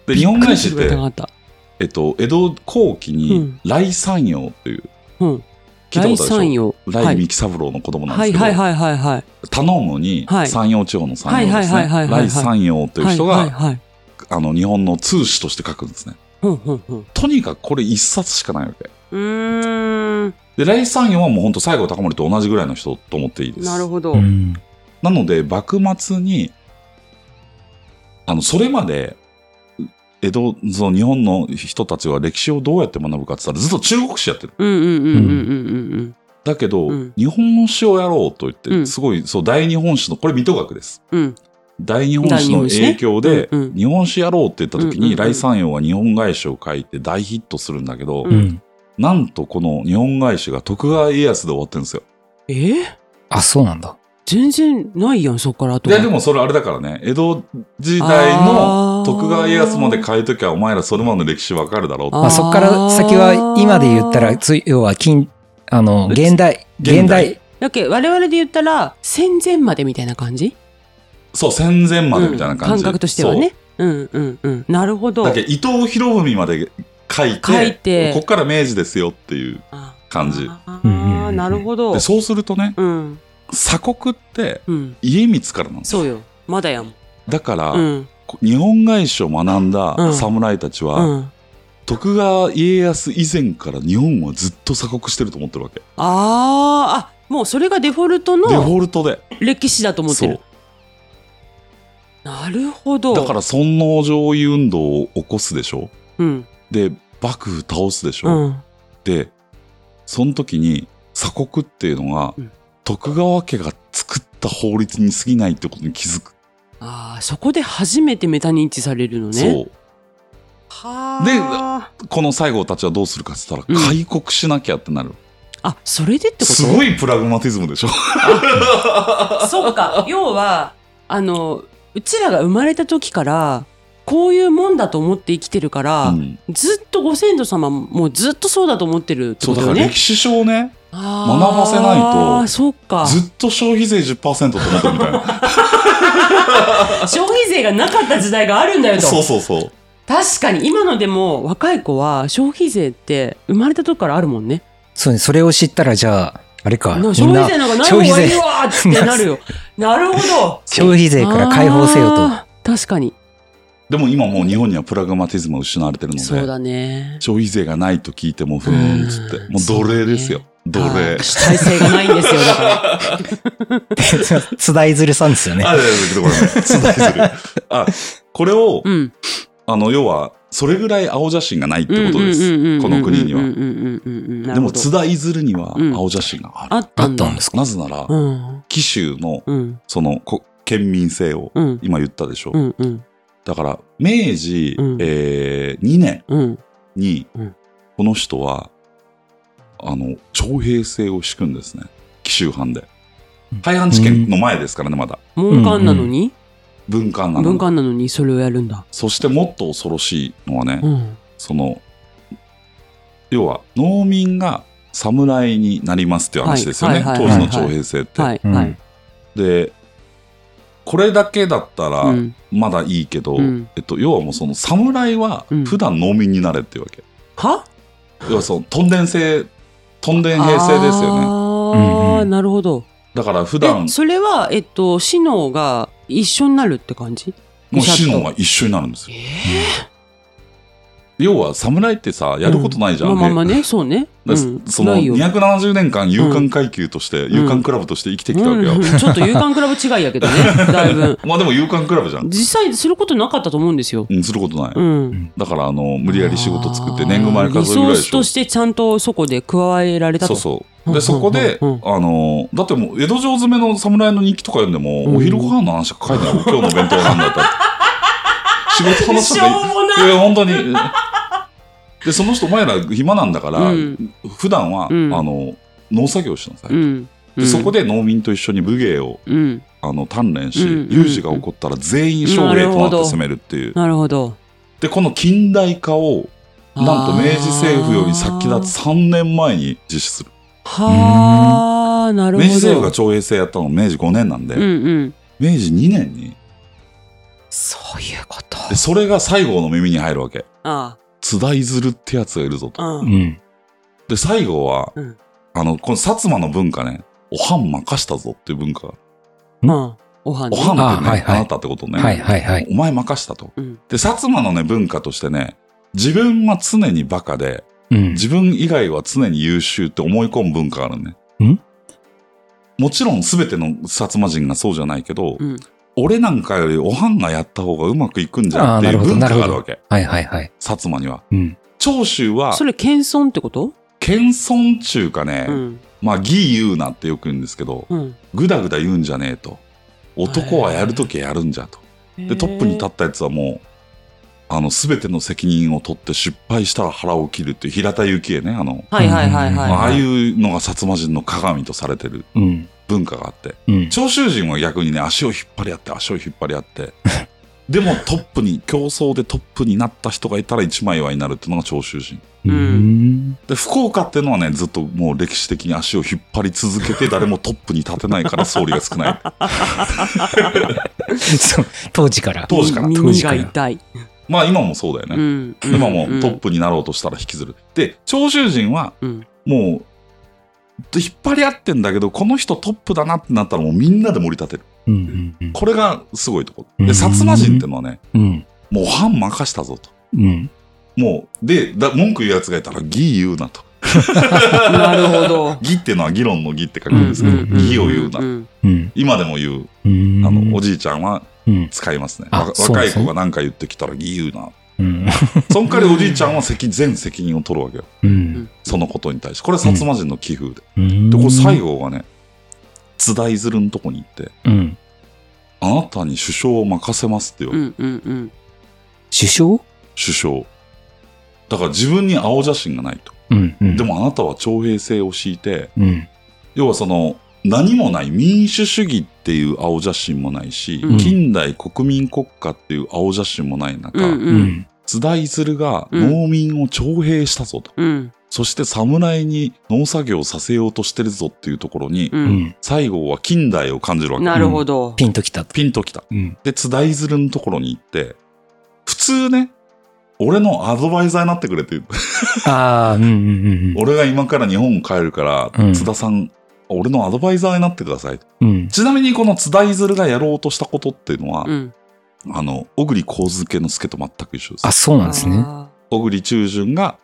Speaker 2: で、日本外史っ
Speaker 1: びくりする
Speaker 2: て
Speaker 1: ぐら、い高かっ
Speaker 2: えっと、江戸後期
Speaker 1: う
Speaker 2: に
Speaker 1: ん
Speaker 2: 来山陽という、
Speaker 1: た。うん。
Speaker 2: 聞いたことあるでしょ
Speaker 1: 三陽。は
Speaker 2: 来
Speaker 1: い。
Speaker 2: 三木三郎の子供なんで
Speaker 1: は
Speaker 2: す
Speaker 1: い
Speaker 2: けど、
Speaker 1: はいはいはいはい。
Speaker 2: 頼むに
Speaker 1: はい
Speaker 2: 山陽地方の山陽です
Speaker 1: はいはいはいはいはいは
Speaker 2: ね。
Speaker 1: い
Speaker 2: 来山陽という人
Speaker 1: はいはい
Speaker 2: が、
Speaker 1: はい。
Speaker 2: あの、日本の通史として書くんですね。
Speaker 1: うんうんうん。
Speaker 2: とにかくこれ一冊しかないわけ。
Speaker 1: うーん。
Speaker 2: で、来山陽はもう本当西郷隆盛と同じぐらいの人と思っていいです。
Speaker 1: なるほど。
Speaker 3: う
Speaker 1: うん
Speaker 3: ん。
Speaker 2: なので、幕末に、あの、それまで、江戸、その日本の人たちは歴史をどうやって学ぶかって言ったらずっと中国史やってる。
Speaker 1: うんうんうんうんうんうん。
Speaker 2: だけど、
Speaker 1: うん
Speaker 2: 日本史をやろうと言って、
Speaker 1: うん
Speaker 2: すごい、そう、大日本史の、これ、水戸学です。
Speaker 1: うん。
Speaker 2: 大日本史の影響で、
Speaker 1: 大日本史ねうんうん
Speaker 2: 日本史やろうって言った時
Speaker 1: うんうんう
Speaker 2: に、
Speaker 1: ん
Speaker 2: 来山陽が日本外史を書いて大ヒットするんだけど、
Speaker 1: う
Speaker 3: うんん。
Speaker 2: なんとこの日本外史が徳川家康で終わってるんですよ。
Speaker 1: えー
Speaker 3: あ、そうなんだ。
Speaker 1: 全然ないやん、そっからあと
Speaker 2: いや、でもそれあれだからね、江戸時代の徳川家康まで変えときゃ、お前らそれまでの歴史わかるだろうって
Speaker 1: あー
Speaker 3: まあ、そこから先は今で言ったら、つ要は近、あの、現代、現
Speaker 2: 現代
Speaker 3: 代、
Speaker 1: だっけ我々で言ったら戦前までみたいな感じ
Speaker 2: そう、戦前までみたいな感じ。
Speaker 1: うん感覚としてはねうんうんうんなるほ
Speaker 2: そう。
Speaker 1: ど
Speaker 2: だけど伊藤博文まで書いて、
Speaker 1: 書いて
Speaker 2: こっから明治ですよっていう。
Speaker 1: あー
Speaker 2: 感じ
Speaker 1: あ
Speaker 3: うんうんうん
Speaker 1: ー
Speaker 3: うん
Speaker 1: なるほど
Speaker 2: で、そうするとね、
Speaker 1: うん
Speaker 2: 鎖国って
Speaker 1: うん
Speaker 2: 家光からなんです
Speaker 1: そ
Speaker 2: よ。
Speaker 1: うよまだやもん
Speaker 2: だから、
Speaker 1: うん
Speaker 2: こ日本外史を学ん
Speaker 1: う
Speaker 2: だ
Speaker 1: ん
Speaker 2: 侍たちは、
Speaker 1: うん
Speaker 2: 徳川家康以前から日本はずっと鎖国してると思ってるわけ。
Speaker 1: あーあもうそれがデフォルト
Speaker 2: デ
Speaker 1: の
Speaker 2: フォルトで。
Speaker 1: 歴史だと思ってるなるほど
Speaker 2: だから、尊王攘夷運動を起こすでしょ
Speaker 1: うん
Speaker 2: で、幕府倒すでし
Speaker 1: う
Speaker 2: ょ、
Speaker 1: ん
Speaker 2: で、その時に鎖国っていうのが、
Speaker 1: うん
Speaker 2: 徳川家が作った法律に過ぎないってことに気づく。
Speaker 1: あーそこで初めてメタ認知されるのね
Speaker 2: そう。
Speaker 1: は
Speaker 2: で
Speaker 1: あ
Speaker 2: この西郷たちはどうするかって言ったら、
Speaker 1: うん
Speaker 2: 開国しなきゃってなる。
Speaker 1: あそれでってこと
Speaker 2: すごいプラグマティズムでしょ
Speaker 1: *laughs* そうか。要は、あの、うちらが生まれた時から、こういうもんだと思って生きてるから、
Speaker 2: うん
Speaker 1: ずっとご先祖様もずっとそうだと思ってるって
Speaker 2: そう、
Speaker 1: こ
Speaker 2: だ
Speaker 1: と
Speaker 2: か
Speaker 1: よ
Speaker 2: ら
Speaker 1: ね
Speaker 2: 歴。史書をね、
Speaker 1: 学
Speaker 2: 学ばせないと
Speaker 1: そうか。
Speaker 2: ずっと消費税10%と思ってる
Speaker 1: *laughs*
Speaker 2: みたいな。
Speaker 1: 消費税がなかった時代があるんだよと。
Speaker 2: そうそうそう。
Speaker 1: 確かに、今のでも若い子は消費税って生まれた時からあるもんね。
Speaker 3: そうね、それを知ったら、じゃあ、あれか、
Speaker 1: な
Speaker 3: み
Speaker 1: 消
Speaker 3: んな
Speaker 1: 費税、の方がない方
Speaker 3: 消
Speaker 1: が
Speaker 3: 費
Speaker 1: いい
Speaker 3: 税
Speaker 1: わーってなるよ。なるほど。
Speaker 3: 消費税から解放せよ *laughs* と。
Speaker 1: あー。確かに。
Speaker 2: でも今もう日本にはプラグマティズムは失われてるので、
Speaker 1: そうだね。
Speaker 2: 消費税がないと聞いてもふーんっつって、
Speaker 1: うん
Speaker 2: もう奴隷ですよ。奴
Speaker 1: はい
Speaker 2: 隷。
Speaker 1: 主体性がないんですよ、だから。
Speaker 3: 津田いずるさんですよね。
Speaker 2: あ、いやいやごめんごめ
Speaker 1: *laughs*
Speaker 2: んするするあ、これを、
Speaker 1: うん。
Speaker 2: あの、要は、それぐらい青写真がないってことです。この国には
Speaker 1: は
Speaker 2: でも、津田いずるには
Speaker 1: うん
Speaker 2: 青写真がある。
Speaker 1: あった
Speaker 3: あ
Speaker 1: ん
Speaker 3: ったん
Speaker 1: だ
Speaker 3: で。すか
Speaker 2: なぜなら、
Speaker 1: うん。
Speaker 2: 紀州の、
Speaker 1: うん。
Speaker 2: その、こ県民性を、
Speaker 1: うん。
Speaker 2: 今言ったでしょ。
Speaker 1: うん。うん。
Speaker 2: だから、明治、
Speaker 1: うん
Speaker 2: えー、2年
Speaker 1: うん。
Speaker 2: に
Speaker 1: うん、
Speaker 2: この人は、あの、徴兵制を敷くんですね。紀州藩で
Speaker 3: うん。
Speaker 2: 廃藩置県の前ですからね、まだ。
Speaker 1: 文官なのに
Speaker 2: 文官なの
Speaker 1: 文官なのにそれをやるんだ。
Speaker 2: そしてもっと恐ろしいのはね、
Speaker 1: うん。
Speaker 2: その、要は農民が侍になりますっていう話ですよね、
Speaker 1: はいはい
Speaker 2: 当
Speaker 1: はい
Speaker 2: 時
Speaker 1: はい
Speaker 2: の徴兵制って。
Speaker 1: はい。
Speaker 3: うん
Speaker 1: はい。
Speaker 2: で、これだけだったら
Speaker 1: うん。
Speaker 2: まだいいけど、
Speaker 1: うん
Speaker 2: えっと、要はもうその侍は
Speaker 1: うん
Speaker 2: 普段農民になれっていうわけ。
Speaker 1: は
Speaker 2: 要はその、とんでん制、とんでん平成ですよね。
Speaker 1: あ
Speaker 3: うん
Speaker 1: あ、
Speaker 3: うん
Speaker 1: なるほど。
Speaker 2: だから普段
Speaker 1: で、、それは、えっと、死のが一緒になるって感じ
Speaker 2: もう死のが一緒になるんです
Speaker 1: え
Speaker 2: よ。
Speaker 1: え
Speaker 2: 要は侍ってさ、やることないじゃん。
Speaker 1: まあまあまあ
Speaker 2: で
Speaker 1: ね、そうね。う
Speaker 2: で
Speaker 1: ん。
Speaker 2: その
Speaker 1: ないよ
Speaker 2: 270年間、勇敢階級として、
Speaker 1: ん
Speaker 2: 勇敢クラブとして生きてきたわけよ。
Speaker 1: うん *laughs* ちょっと勇敢クラブ違いやけど
Speaker 2: *laughs*
Speaker 1: ね、だいぶ。
Speaker 2: まあでも勇敢クラブじゃん。
Speaker 1: 実際することなかったと思うんですよ。
Speaker 2: うん、することない。
Speaker 1: うん。
Speaker 2: だから、あの、無理やり仕事作って、
Speaker 1: あー
Speaker 2: 年貢前数えるぐらい
Speaker 1: リ
Speaker 2: で
Speaker 1: ソース
Speaker 2: しょ。
Speaker 1: としてちゃんとそこで加えられた
Speaker 2: そ
Speaker 1: と。
Speaker 2: うそうう。
Speaker 1: ん
Speaker 2: で、そこで、あ
Speaker 1: うん
Speaker 2: の、だってもう、江戸城詰
Speaker 1: *laughs*
Speaker 2: めの侍の日記とか読んでも、お昼ご飯の話しか書いてない。今日の弁当なんだったら。仕事の話
Speaker 4: し
Speaker 2: と
Speaker 4: ょう
Speaker 2: か
Speaker 4: も
Speaker 2: い
Speaker 4: な
Speaker 2: や、本当に。で、その人、お前ら暇なんだから、
Speaker 1: うん
Speaker 2: 普段は、
Speaker 1: うん
Speaker 2: あの、農作業してなさい。
Speaker 1: うん。
Speaker 2: でそこで農民と一緒に武芸を
Speaker 1: うん。
Speaker 2: あの鍛錬し、
Speaker 1: うん
Speaker 2: 有事が起こったら全員勝利へとなって攻めるっていう。
Speaker 1: なるほど。
Speaker 2: で、この近代化を、なんと明治政府より先立つ3年前に実施する。
Speaker 1: はあ、なる
Speaker 2: 明
Speaker 1: ほど。
Speaker 2: 治政府が徴兵制やったの明治5年なんで、
Speaker 1: うんうん。
Speaker 2: 明治2年に、
Speaker 1: そういうこと。
Speaker 2: で、それが西郷の耳に入るわけ。
Speaker 1: あ
Speaker 2: 津田譲ってやつがいるぞと。
Speaker 1: あ、
Speaker 3: う
Speaker 1: うん。
Speaker 3: ん。
Speaker 2: で、西郷は、
Speaker 1: うん
Speaker 2: あの、この薩摩の文化ね、おはん任したぞっていう文化が。
Speaker 1: まあ、おはん
Speaker 2: お
Speaker 1: ね
Speaker 2: はんってね、あ,、
Speaker 3: あはいはい
Speaker 2: なたってことね。
Speaker 3: はいはいはい。
Speaker 2: お前任したと。
Speaker 1: うん。
Speaker 2: で、薩摩のね、文化としてね、自分は常にバカで、
Speaker 3: うん。
Speaker 2: 自分以外は常に優秀って思い込む文化があるね。
Speaker 3: ん
Speaker 2: もちろん全ての薩摩人がそうじゃないけど、
Speaker 1: うん
Speaker 2: 俺なんかよりおはんがやった方がうまくいくんじゃんっていう
Speaker 3: あーなるほど
Speaker 2: 文化
Speaker 3: なるほ
Speaker 2: があ
Speaker 3: ど
Speaker 2: るわけ。
Speaker 3: はいはいはい。
Speaker 2: 薩摩には。
Speaker 3: うん。
Speaker 2: 長州は
Speaker 1: そ、れ、謙遜ってこと
Speaker 2: 謙遜中かね、
Speaker 1: うん。
Speaker 2: まあ、義言うなってよく言うんですけど、
Speaker 1: うん。
Speaker 2: ぐだぐだ言うんじゃねえと。男はやるときはやるんじゃと。で、トップに立
Speaker 1: っ
Speaker 2: ったやつはもう、あの、すべての責任を取って失敗したら腹を切るっていう平田幸恵ね、あの、
Speaker 1: はいはいはいはい。。
Speaker 2: まあああいううのが薩摩人の鏡とされてる
Speaker 3: うん。
Speaker 2: 文化があって、
Speaker 3: うん。
Speaker 2: 長州人は逆にね、足を引っ張り合って、足を引っ張り
Speaker 1: *laughs*
Speaker 2: 合って、でもトップに、競争でトップになった人がいたら一枚岩になるっていうのが長州人。
Speaker 1: うん
Speaker 3: うん。
Speaker 2: で、福岡っていうのはね、ずっともう歴史的に足を引っ張り続けて、誰もトップに立てないから総理が少
Speaker 1: *laughs*
Speaker 2: ない。
Speaker 3: *laughs* そう。当時から。
Speaker 2: 当時から
Speaker 3: 当
Speaker 1: 耳
Speaker 3: 時か
Speaker 1: が
Speaker 3: ら。
Speaker 1: 痛い。
Speaker 2: まあ今もそうだよね。
Speaker 1: うん。
Speaker 2: 今もトップになろうとしたら引きずる。で、長州人は
Speaker 1: うん、
Speaker 2: もう、引っ張り合ってんだけど、この人トップだなってなったらもうみんなで盛り立てる。
Speaker 3: うんうんうん。
Speaker 2: これがすごいとこ。
Speaker 3: う
Speaker 2: で、
Speaker 3: ん
Speaker 2: 薩摩人ってのはね、
Speaker 3: うん。
Speaker 2: もう反任したぞと。
Speaker 3: うん。
Speaker 2: もう、で、だ文句言う奴がいたら、義言うなと。
Speaker 1: なるほど。
Speaker 2: 義ってのは議論の義って書くんですけ
Speaker 3: う
Speaker 2: ど、
Speaker 3: んうん
Speaker 2: 義を言うな。
Speaker 1: ん
Speaker 3: うん。
Speaker 2: 今でも言う。
Speaker 3: うん。
Speaker 2: あの、おじいちゃんは
Speaker 3: うん。
Speaker 2: 使いますね。
Speaker 3: あ
Speaker 2: わ
Speaker 3: そう
Speaker 2: 若
Speaker 3: なんで
Speaker 2: い
Speaker 3: すね
Speaker 2: 子が何か言ってきたら義言うな。
Speaker 3: うん。
Speaker 2: そんかりおじいちゃんは責全責任を取るわけよ。
Speaker 3: うん。
Speaker 2: そのことに対して。これは薩摩人の寄付で。
Speaker 3: うん。
Speaker 2: で、これ西郷がね、津田譲のとこに行って、
Speaker 3: うん。
Speaker 2: あなたに首相を任せますって言わ
Speaker 1: う
Speaker 2: れて、
Speaker 1: んうんうん。
Speaker 3: 首相
Speaker 2: 首相。だから自分に青写真がないと。
Speaker 3: うん。うん。
Speaker 2: でもあなたは徴兵制を敷いて、
Speaker 3: うん。
Speaker 2: 要はその、何もない民主主義っていう青写真もないし、
Speaker 1: うん
Speaker 2: 近代国民国家っていう青写真もない中、
Speaker 1: うん
Speaker 3: う
Speaker 1: うん。
Speaker 3: ん。
Speaker 2: 津田譲が
Speaker 1: うん
Speaker 2: 農民を徴兵したぞと。
Speaker 1: うん
Speaker 2: そして侍に農作業をさせようとしてるぞっていうところに、
Speaker 1: う。
Speaker 3: うんん。
Speaker 2: 西郷は近代を感じるわけ。
Speaker 1: なるほど。
Speaker 3: ピンときた。
Speaker 2: ピンときた。
Speaker 3: うん。
Speaker 2: で、津田譲のところに行って、普通ね、俺のアドバイザーになってくれって言う。
Speaker 3: ああ、うんうんうん
Speaker 2: 俺が今から日本帰るから、
Speaker 3: うん
Speaker 2: 津田さん、俺のアドバイザーになってください。
Speaker 3: うん。うん。
Speaker 2: ちなみにこの津田譲がやろうとしたことっていうのは、
Speaker 1: うん。
Speaker 2: あの、小栗光介の助と全く一緒で
Speaker 3: あ、
Speaker 2: す。
Speaker 3: そうなんですね。
Speaker 1: あ
Speaker 2: 小栗中旬が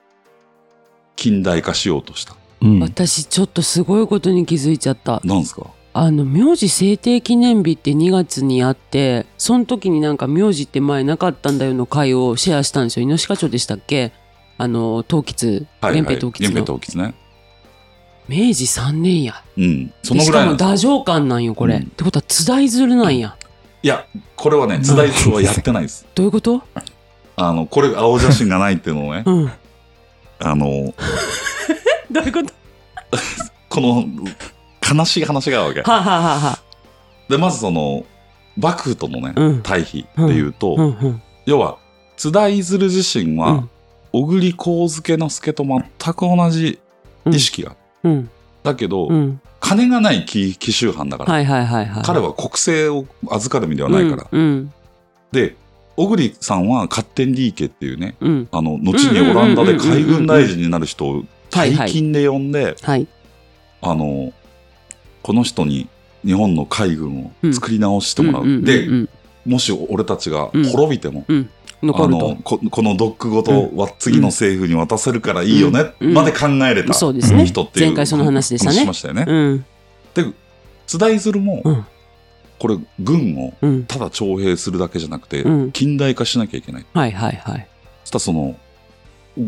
Speaker 2: 近代化しようとした。
Speaker 3: うん
Speaker 1: ー。
Speaker 3: *laughs*
Speaker 1: 私、ちょっとすごいことに気づいちゃった。
Speaker 2: なんですか
Speaker 1: あの、名字制定記念日って2月にあって、その時になんか名字って前なかったんだよの回をシェアしたんですよ。猪鹿町でしたっけあの、東吉、
Speaker 2: はい
Speaker 1: 源
Speaker 2: はい。
Speaker 1: 平東吉
Speaker 2: 源平
Speaker 1: の。
Speaker 2: 東吉ね。
Speaker 1: 明治3年や。
Speaker 2: うん。そ
Speaker 1: で
Speaker 2: の
Speaker 1: し
Speaker 2: ぐら
Speaker 1: か
Speaker 2: い
Speaker 1: も
Speaker 2: なんです
Speaker 1: 太政官なんよ、これ。
Speaker 2: うん
Speaker 1: ってことは津田譲なんや。
Speaker 2: いや、これはね、津田譲はやってないです。
Speaker 1: どういうこと、
Speaker 2: あの、これ、青写真がないっていうのをね *laughs*
Speaker 1: うん。
Speaker 2: あの、
Speaker 1: どういうこと
Speaker 2: この、悲しい話があるわけ。
Speaker 1: はあ、はあはあは
Speaker 2: で、まずその、幕府とのね、
Speaker 1: うん
Speaker 2: 対比っていうと、
Speaker 1: あ、うんうん。
Speaker 2: 要は、津田譲自身は、
Speaker 1: うん
Speaker 2: 小栗光介之助と全く同じ意識がある。
Speaker 1: うん。
Speaker 2: だけど、
Speaker 1: うん。
Speaker 2: 金がない紀紀州藩だから、
Speaker 1: はいはいはいはい。
Speaker 2: 彼は国政を預かる身ではないから。
Speaker 1: うん。うん。
Speaker 2: で、小栗さんは勝手にリーケっていうね、
Speaker 1: うん
Speaker 2: あの、後にオランダで海軍大臣になる人を
Speaker 1: はいはい
Speaker 2: 大金で呼んで、
Speaker 1: はい。
Speaker 2: あの、この人に日本の海軍を作り直してもらう。
Speaker 1: んんん
Speaker 2: で
Speaker 1: う、ん
Speaker 2: もし俺たちが滅びても、あ
Speaker 1: 残る
Speaker 2: の
Speaker 1: と。
Speaker 2: こ、このドックごとは次の政府に渡せるからいいよね、
Speaker 1: うん
Speaker 2: まで考えれた
Speaker 1: そうですね
Speaker 2: 人っていう。
Speaker 1: 前回その話でしたね
Speaker 2: しましたよね。
Speaker 1: うん。
Speaker 2: 津田譲も、
Speaker 1: うん
Speaker 2: これ、軍を
Speaker 1: うん。
Speaker 2: ただ徴兵するだけじゃなくて、
Speaker 1: うん
Speaker 2: 近代化しなきゃいけない。
Speaker 1: はいはいはい。
Speaker 2: そしたらその、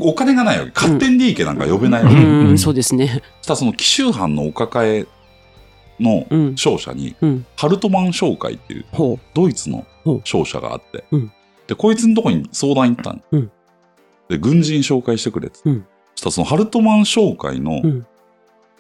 Speaker 2: お金がないわけ。勝手に利益なんか呼べないわ
Speaker 1: う
Speaker 2: け。
Speaker 1: ん、
Speaker 3: うん
Speaker 1: そうですね。
Speaker 2: そしたらその紀州藩のお抱えの
Speaker 1: うん。
Speaker 2: 商社に、
Speaker 1: うん。
Speaker 2: ハルトマン商会っていう、
Speaker 1: ほ
Speaker 2: ドイツの
Speaker 1: ほう
Speaker 2: 商社があって
Speaker 1: うん、
Speaker 2: で、こいつのとこに相談行ったの。
Speaker 1: うん
Speaker 2: で、軍人紹介してくれって。
Speaker 1: うん
Speaker 2: そしたらそのハルトマン紹介の
Speaker 1: うん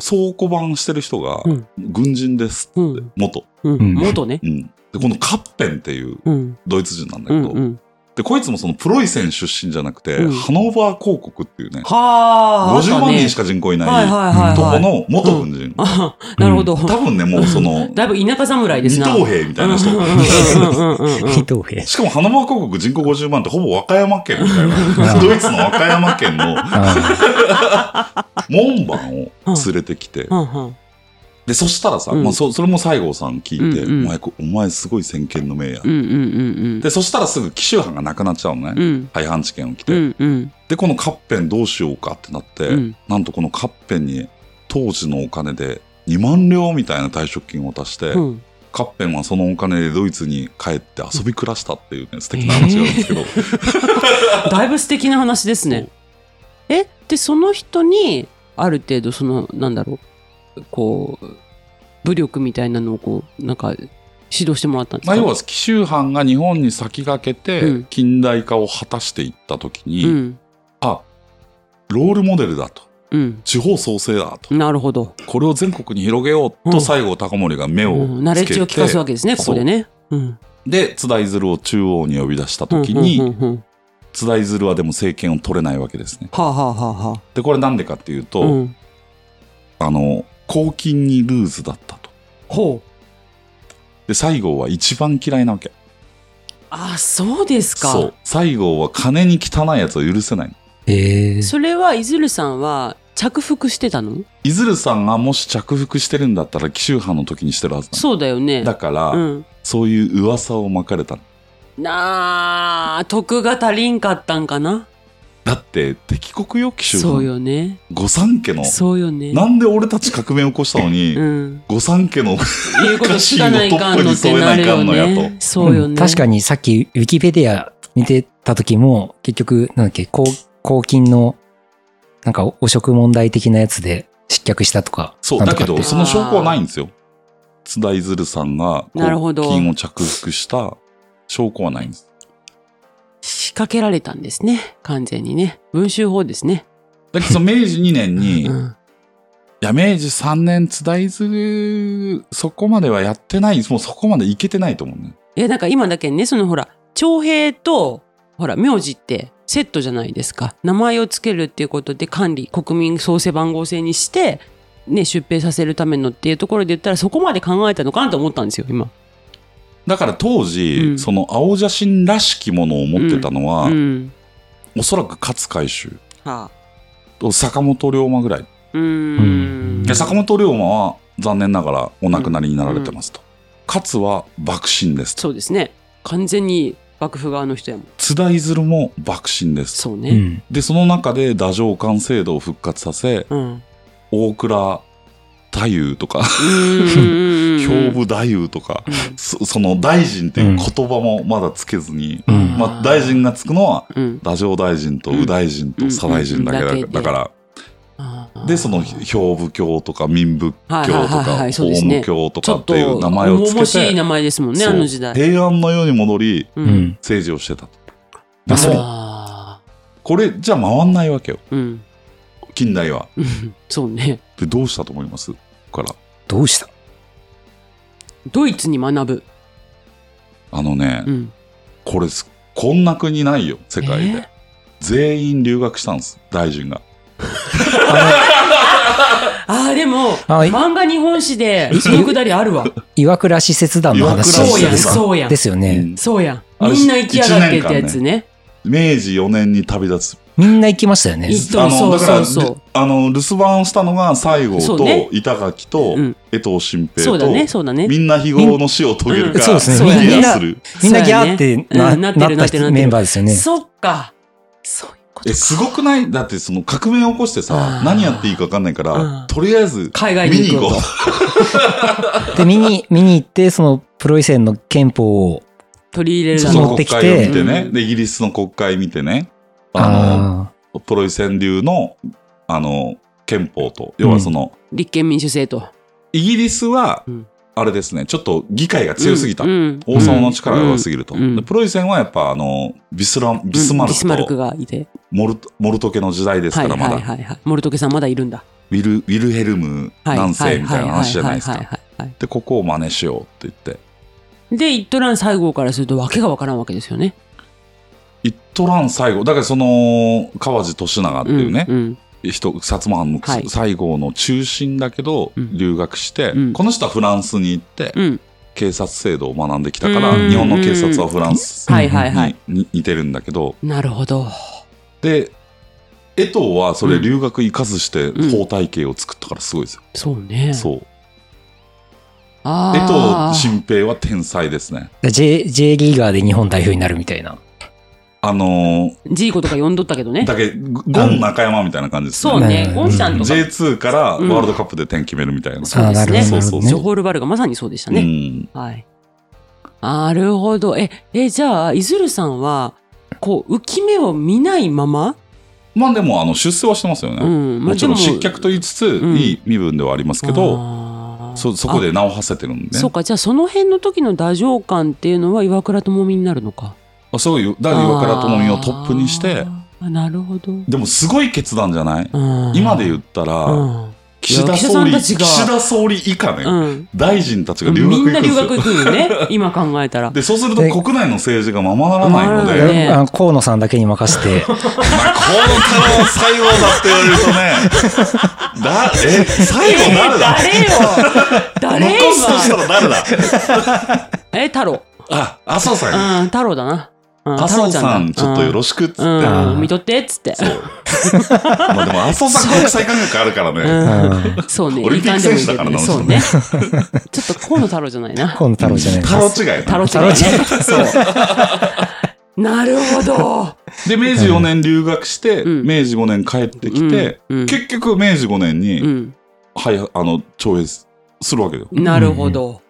Speaker 2: 倉庫版してる人が
Speaker 1: うん、
Speaker 2: 軍人です
Speaker 1: う
Speaker 2: って
Speaker 1: ん、、
Speaker 2: 元。
Speaker 1: うん、元ね。
Speaker 2: うん。で、このカッペンっていう
Speaker 1: うん、
Speaker 2: ドイツ人なんだ
Speaker 1: うん、
Speaker 2: けど、
Speaker 1: うん。
Speaker 2: で、こいつもそのプロイセン出身じゃなくて、
Speaker 1: うん
Speaker 2: ハノーバー広告っていうね、
Speaker 1: はあ、
Speaker 2: 50万人し
Speaker 1: か
Speaker 2: か人口い
Speaker 1: はい
Speaker 2: ない
Speaker 1: はいはい、
Speaker 2: と
Speaker 1: は
Speaker 2: こ
Speaker 1: い。
Speaker 2: の元軍人。
Speaker 1: あなるほど。
Speaker 2: 多分ね、もうその、
Speaker 1: *laughs* だいぶ田舎侍で
Speaker 2: 二
Speaker 1: すな。
Speaker 2: 等兵みたいな人
Speaker 1: うん。うんうんうんうんうん
Speaker 3: 伊藤兵。
Speaker 2: しかも、花間広告人口50万ってほぼ和歌山県みたいな。
Speaker 3: うん
Speaker 2: ドイツの和歌山県の
Speaker 3: あ
Speaker 2: 門番を連れてきて。
Speaker 1: うん
Speaker 2: で、そしたらさ、
Speaker 1: うん
Speaker 2: まあ、そそれも西郷さん聞いて、
Speaker 1: うんうん
Speaker 2: お前こ、お前すごい先見の明や。
Speaker 1: うんうん
Speaker 2: で、そしたらすぐ紀州藩がなくなっちゃうの
Speaker 1: うんう
Speaker 2: ね。
Speaker 1: ん
Speaker 2: 廃藩置県を来
Speaker 1: う
Speaker 2: て、
Speaker 1: んうん
Speaker 2: で、このカッペンどうしようかってなって、
Speaker 1: うん
Speaker 2: なんとこのカッペンに当時のお金で2万両みたいな退職金を足して、
Speaker 1: うん
Speaker 2: カッペンはそのお金でドイツに帰って遊び暮らしたっていうね、素敵な話があるんですけど。
Speaker 1: だいぶ素敵な話ですね。えでその人にある程度そのなんだろうこう武力みたいなのをこうなんか指導してもらったんです
Speaker 2: まあ、
Speaker 1: か
Speaker 2: 要は紀州藩が日本に先駆け
Speaker 1: う
Speaker 2: て
Speaker 1: ん
Speaker 2: 近代化を果たしていった時に、
Speaker 1: うん
Speaker 2: あロールモデルだと
Speaker 1: うん
Speaker 2: 地方創生だと
Speaker 1: なるほど、
Speaker 2: これを全国に広げよう
Speaker 1: う
Speaker 2: と
Speaker 1: ん
Speaker 2: 西郷隆盛が目
Speaker 1: う
Speaker 2: を
Speaker 1: ん、ナレ
Speaker 2: つ
Speaker 1: ッ
Speaker 2: け
Speaker 1: ジ
Speaker 2: て、
Speaker 1: を聞かすわけですねここでね。うん
Speaker 2: で津田鶴を中央に呼び出した
Speaker 1: うん
Speaker 2: 時に、
Speaker 1: うんうんうん
Speaker 2: 津田鶴はでも政権を取れないわけですね。
Speaker 1: はあはあはあは
Speaker 2: でこれなんでかっていう
Speaker 1: あ。
Speaker 2: と、
Speaker 1: うん
Speaker 2: あの公金にルーズだったと。
Speaker 1: ほう
Speaker 2: で西郷は一番嫌いなわけ。
Speaker 1: あそうですか。
Speaker 2: そう西郷は金に汚いやつを許せない。
Speaker 3: ーえー
Speaker 1: それはいずるさんは着服してたの
Speaker 2: いずるさんがもし着服してるんだったら紀州藩の時にしてるはずなの
Speaker 1: そうだよね。
Speaker 2: だから、
Speaker 1: うん、
Speaker 2: そういう噂をまかれたの
Speaker 1: なあ徳が足りんかったんかな
Speaker 2: だって敵国よ紀州
Speaker 1: そう
Speaker 2: 藩
Speaker 1: よね
Speaker 2: 御三家の
Speaker 1: そうよね
Speaker 2: なんで俺たち革命を起こしたのに、
Speaker 1: うん
Speaker 2: 御三家の
Speaker 1: 言うこと聞かないかんのってなるよねそうよ
Speaker 3: う
Speaker 1: ね
Speaker 3: ん確かにさっきウィキペディア見てた時も、結局、なんだっけ、公公金の、なんか汚職問題的なやつで失脚したとか。
Speaker 2: そう
Speaker 3: なん
Speaker 2: だ
Speaker 3: とか
Speaker 2: け
Speaker 3: って
Speaker 2: どその証拠はないんですよ津田ずるさんが
Speaker 1: なるほ
Speaker 2: 公
Speaker 1: ど
Speaker 2: 金を着服した証拠はないんです
Speaker 1: 仕掛けられたんですね完全にね文集法ですね、
Speaker 2: だけどその明治2年
Speaker 1: *laughs* う
Speaker 2: に、い
Speaker 1: ん、
Speaker 2: や明治3年津田ずるそこまではやってないもうそこまでいけてないと思うね
Speaker 1: いやなんか今だけねそのほら徴兵とほら名字ってセットじゃないですか名前をつけるっていうことで管理国民創生番号制にしてね出兵させるためのっていうところで言ったらそこまで考えたのかなと思ったんですよ今
Speaker 2: だから当時、
Speaker 1: うん
Speaker 2: その青写真らしきものを持ってたのは、
Speaker 1: うん
Speaker 2: おそらく勝海舟
Speaker 1: はあ
Speaker 2: と坂本龍馬ぐらい、
Speaker 1: うーん
Speaker 3: うん
Speaker 2: で坂本龍馬は残念ながらお亡くなりになられてますと、勝は幕臣ですと
Speaker 1: そうですね完全に幕府側の人やもん
Speaker 2: 津田いずるも幕臣ですと
Speaker 1: そう
Speaker 3: う
Speaker 1: ね
Speaker 3: ん。
Speaker 2: でその中で太政官制度を復活させ
Speaker 1: うんう
Speaker 2: 大倉太夫とか
Speaker 1: ーん
Speaker 2: *laughs* 兵部太夫とか、そその大臣っていう言葉もまだつけずに、
Speaker 3: うん
Speaker 2: まあ、大臣がつくのは
Speaker 1: うんうん
Speaker 2: 太政大臣と右大臣と左大臣だけだ,、
Speaker 1: うんうん
Speaker 2: だから
Speaker 1: あー
Speaker 2: でその兵部教とか民部教と
Speaker 1: はいはいはいは
Speaker 2: か
Speaker 1: いそう
Speaker 2: 法
Speaker 1: ですね
Speaker 2: 務教と
Speaker 1: ち
Speaker 2: か
Speaker 1: ょっ
Speaker 2: っ
Speaker 1: と
Speaker 2: ていう名前をつけ
Speaker 1: 重々しい名
Speaker 2: て
Speaker 1: 前ですもんね
Speaker 2: そう
Speaker 1: あの時代
Speaker 2: 平安の世に戻り
Speaker 1: う
Speaker 3: う、ん。
Speaker 2: 政治をしてたと
Speaker 3: まあ、それ、
Speaker 1: あ
Speaker 2: これじゃ回んないわけよ
Speaker 1: ーうん *laughs*
Speaker 2: 近代は
Speaker 1: うんそうね。
Speaker 2: でどうしたと思いますから
Speaker 3: どうした
Speaker 1: ドイツに学ぶ。
Speaker 2: あのね、
Speaker 1: うん。
Speaker 2: これすこんな国ないよ世界で、全員留学したんです大臣が
Speaker 1: ああ、でも、
Speaker 3: あい
Speaker 1: 漫画日本史で、そのくだりある
Speaker 2: *laughs*
Speaker 1: わ。
Speaker 3: 岩倉使節団の話
Speaker 2: 岩倉使節団
Speaker 3: ですか
Speaker 1: そうやんそうやん
Speaker 3: ですよ
Speaker 2: う
Speaker 3: ね。
Speaker 2: ん
Speaker 1: そうや
Speaker 2: あ
Speaker 1: ん。
Speaker 2: れ
Speaker 1: みんな行きやがってってやつね。
Speaker 2: 明治4年に旅立つ
Speaker 3: みんな行きましたよね。
Speaker 1: そうそうそうそう。
Speaker 2: あの留守番をしたのが西郷
Speaker 1: そう
Speaker 2: と
Speaker 1: ね
Speaker 2: 板垣と
Speaker 1: うん
Speaker 2: 江藤新平と、
Speaker 1: そうだね、そうだね。
Speaker 2: みんな非業の死を遂げる
Speaker 1: うん
Speaker 2: か、
Speaker 3: そうですね
Speaker 2: 逃げ
Speaker 3: みんな
Speaker 2: 出する。
Speaker 3: みんなギャーってな,、
Speaker 1: うんなってるなっ
Speaker 3: なってた
Speaker 1: るなってる
Speaker 3: メンバーですよね。
Speaker 1: そっか。そういうこと
Speaker 2: え、
Speaker 1: か。
Speaker 2: すごくないだってその革命を起こしてさ
Speaker 1: あ、ー
Speaker 2: 何やっていいか分かんないから、
Speaker 1: うん
Speaker 2: とりあえず、
Speaker 1: 海外
Speaker 2: 見
Speaker 1: に
Speaker 2: に
Speaker 1: 行
Speaker 2: 行
Speaker 1: こ
Speaker 2: こ
Speaker 1: う
Speaker 2: う。
Speaker 3: で、見に、見に行って、そのプロイセンの憲法を、
Speaker 1: と。取り入れる
Speaker 2: そ
Speaker 1: だ
Speaker 2: の
Speaker 1: ろ
Speaker 3: 持って
Speaker 2: 国
Speaker 3: きて
Speaker 2: 会を見てね、
Speaker 1: うん
Speaker 2: で、イギリスの国会見てね、あ
Speaker 3: あ
Speaker 2: の、プロイセン流の、あの、憲法と、要はその、
Speaker 1: う。立憲民主制と。
Speaker 2: イギリスは、
Speaker 1: うん
Speaker 2: あれですね、ちょっと議会が強すぎた。
Speaker 1: うんうん
Speaker 2: 王様の力が弱すぎると。
Speaker 1: うん
Speaker 2: でプロイセンはやっぱあの、ビスランビスマ
Speaker 1: ビ
Speaker 2: ルク
Speaker 1: スマルク
Speaker 2: と
Speaker 1: がいて。
Speaker 2: モルトモルト家の時代です
Speaker 1: は
Speaker 2: か
Speaker 1: い
Speaker 2: ら
Speaker 1: はい
Speaker 2: まだ、
Speaker 1: はいはい。モルトケさんまだいるんだ。
Speaker 2: ウィル、ウィルヘルム
Speaker 1: はい。
Speaker 2: 何世みたいな話じゃないです
Speaker 1: はは
Speaker 2: か。
Speaker 1: はいはいはい
Speaker 2: で、ここを真似しようって言って。
Speaker 1: で、イットラン西郷からするとわけがわからんわけですよね。
Speaker 2: 一トラン最後、だからその、川路俊長っていうね、
Speaker 1: うんうん
Speaker 2: 人、薩摩藩の
Speaker 1: はい
Speaker 2: 西郷の中心だけど、
Speaker 1: うん
Speaker 2: 留学して、
Speaker 1: うん
Speaker 2: この人はフランスに行って、
Speaker 1: うん
Speaker 2: 警察制度を学んできたから、
Speaker 1: うん
Speaker 2: 日本の警察はフランス
Speaker 1: はいはいはい
Speaker 2: にに似てるんだけど、
Speaker 1: なるほど。
Speaker 2: で、江藤はそれ留学行かずして
Speaker 1: うん
Speaker 2: 法体系を作ったからすごいですよ。
Speaker 1: そうね。
Speaker 2: そう。江藤
Speaker 1: あー
Speaker 2: 新平は天才ですね。
Speaker 3: J, J リーガーで日本代表になるみたいな。
Speaker 2: あの
Speaker 1: ジーコとか呼んどったけどね
Speaker 2: ー、。だけ、ゴン中山みたいな感じですね。
Speaker 1: そうね
Speaker 3: う。ん
Speaker 1: ゴンちゃんとか、
Speaker 2: J2 からワールドカップで点決めるみたいな。
Speaker 1: そうですね
Speaker 3: あなるほど
Speaker 2: そうそう
Speaker 1: ジ
Speaker 2: そ
Speaker 1: ョホールバルがまさにそうでした
Speaker 2: う
Speaker 1: ね。
Speaker 2: ん。
Speaker 1: はい。なるほど。え、え、じゃあ、いずるさんは、こう、浮き目を見ないまま、
Speaker 2: まあでも、あの、出世はしてますよね。
Speaker 1: うん。まあ
Speaker 2: もちろん
Speaker 1: でも
Speaker 2: 失脚と言いつつ、
Speaker 1: ん
Speaker 2: いい身分ではありますけど、
Speaker 1: あー
Speaker 2: そ、そこで名を馳せてるんでね。
Speaker 1: そうか、じゃあその辺の時の太政官っていうのは岩倉智美になるのか。
Speaker 2: あそういう、だから岩倉智美をトップにして、
Speaker 1: あー。あなるほど。
Speaker 2: でもすごい決断じゃない今
Speaker 1: 今
Speaker 2: で
Speaker 1: う
Speaker 2: 言ったら、
Speaker 1: ん、
Speaker 2: 岸田総
Speaker 1: い
Speaker 2: 理、
Speaker 1: や岸
Speaker 2: 岸
Speaker 1: 田さんたちが
Speaker 2: 田総理以下ね、
Speaker 1: うん
Speaker 2: 大臣たちが留学
Speaker 1: み
Speaker 2: 行
Speaker 1: ん
Speaker 2: くん
Speaker 1: な
Speaker 2: で
Speaker 1: 留
Speaker 2: す
Speaker 1: 学
Speaker 2: よ。
Speaker 1: 行くんよ
Speaker 2: *laughs*
Speaker 1: ね、今考えたら。
Speaker 2: で、そうすると
Speaker 3: で
Speaker 2: 国内の政治がままならないの
Speaker 1: ままな
Speaker 2: で、
Speaker 1: らない
Speaker 2: まあ、
Speaker 1: ね
Speaker 3: あの河野さんだけに任
Speaker 1: *laughs*
Speaker 3: せて、
Speaker 2: この太郎最後だって言われると *laughs* ね、だ、え、最後誰だ *laughs*
Speaker 1: えー誰よ誰
Speaker 2: 残すとした
Speaker 1: 今
Speaker 2: ら誰だ
Speaker 1: え、太郎。
Speaker 2: あ、麻生さんや。
Speaker 1: うん、太郎だな。うん
Speaker 2: 麻生さん、ち
Speaker 1: 太郎だ
Speaker 2: ょっとよろしくっつって。
Speaker 1: うん
Speaker 2: ま
Speaker 1: うん、見とってっつって。
Speaker 2: あでも麻生さん国際関係あるからね。
Speaker 3: うん
Speaker 1: そうね。
Speaker 2: *laughs* オリンピック選手だからな
Speaker 1: ね。そうね。ちょっと河野太郎じゃない
Speaker 2: *laughs*
Speaker 1: な。
Speaker 3: 河野太郎じゃないです
Speaker 2: 太郎違いね
Speaker 1: 太郎違うね。そう。なるほど。
Speaker 2: で、明治4年留学して、
Speaker 1: うん
Speaker 2: 明治5年帰ってきて、
Speaker 1: うんうん
Speaker 2: 結局明治5年に、
Speaker 1: うん。
Speaker 2: はい、あの、徴兵するわけだよ。
Speaker 1: なるほど。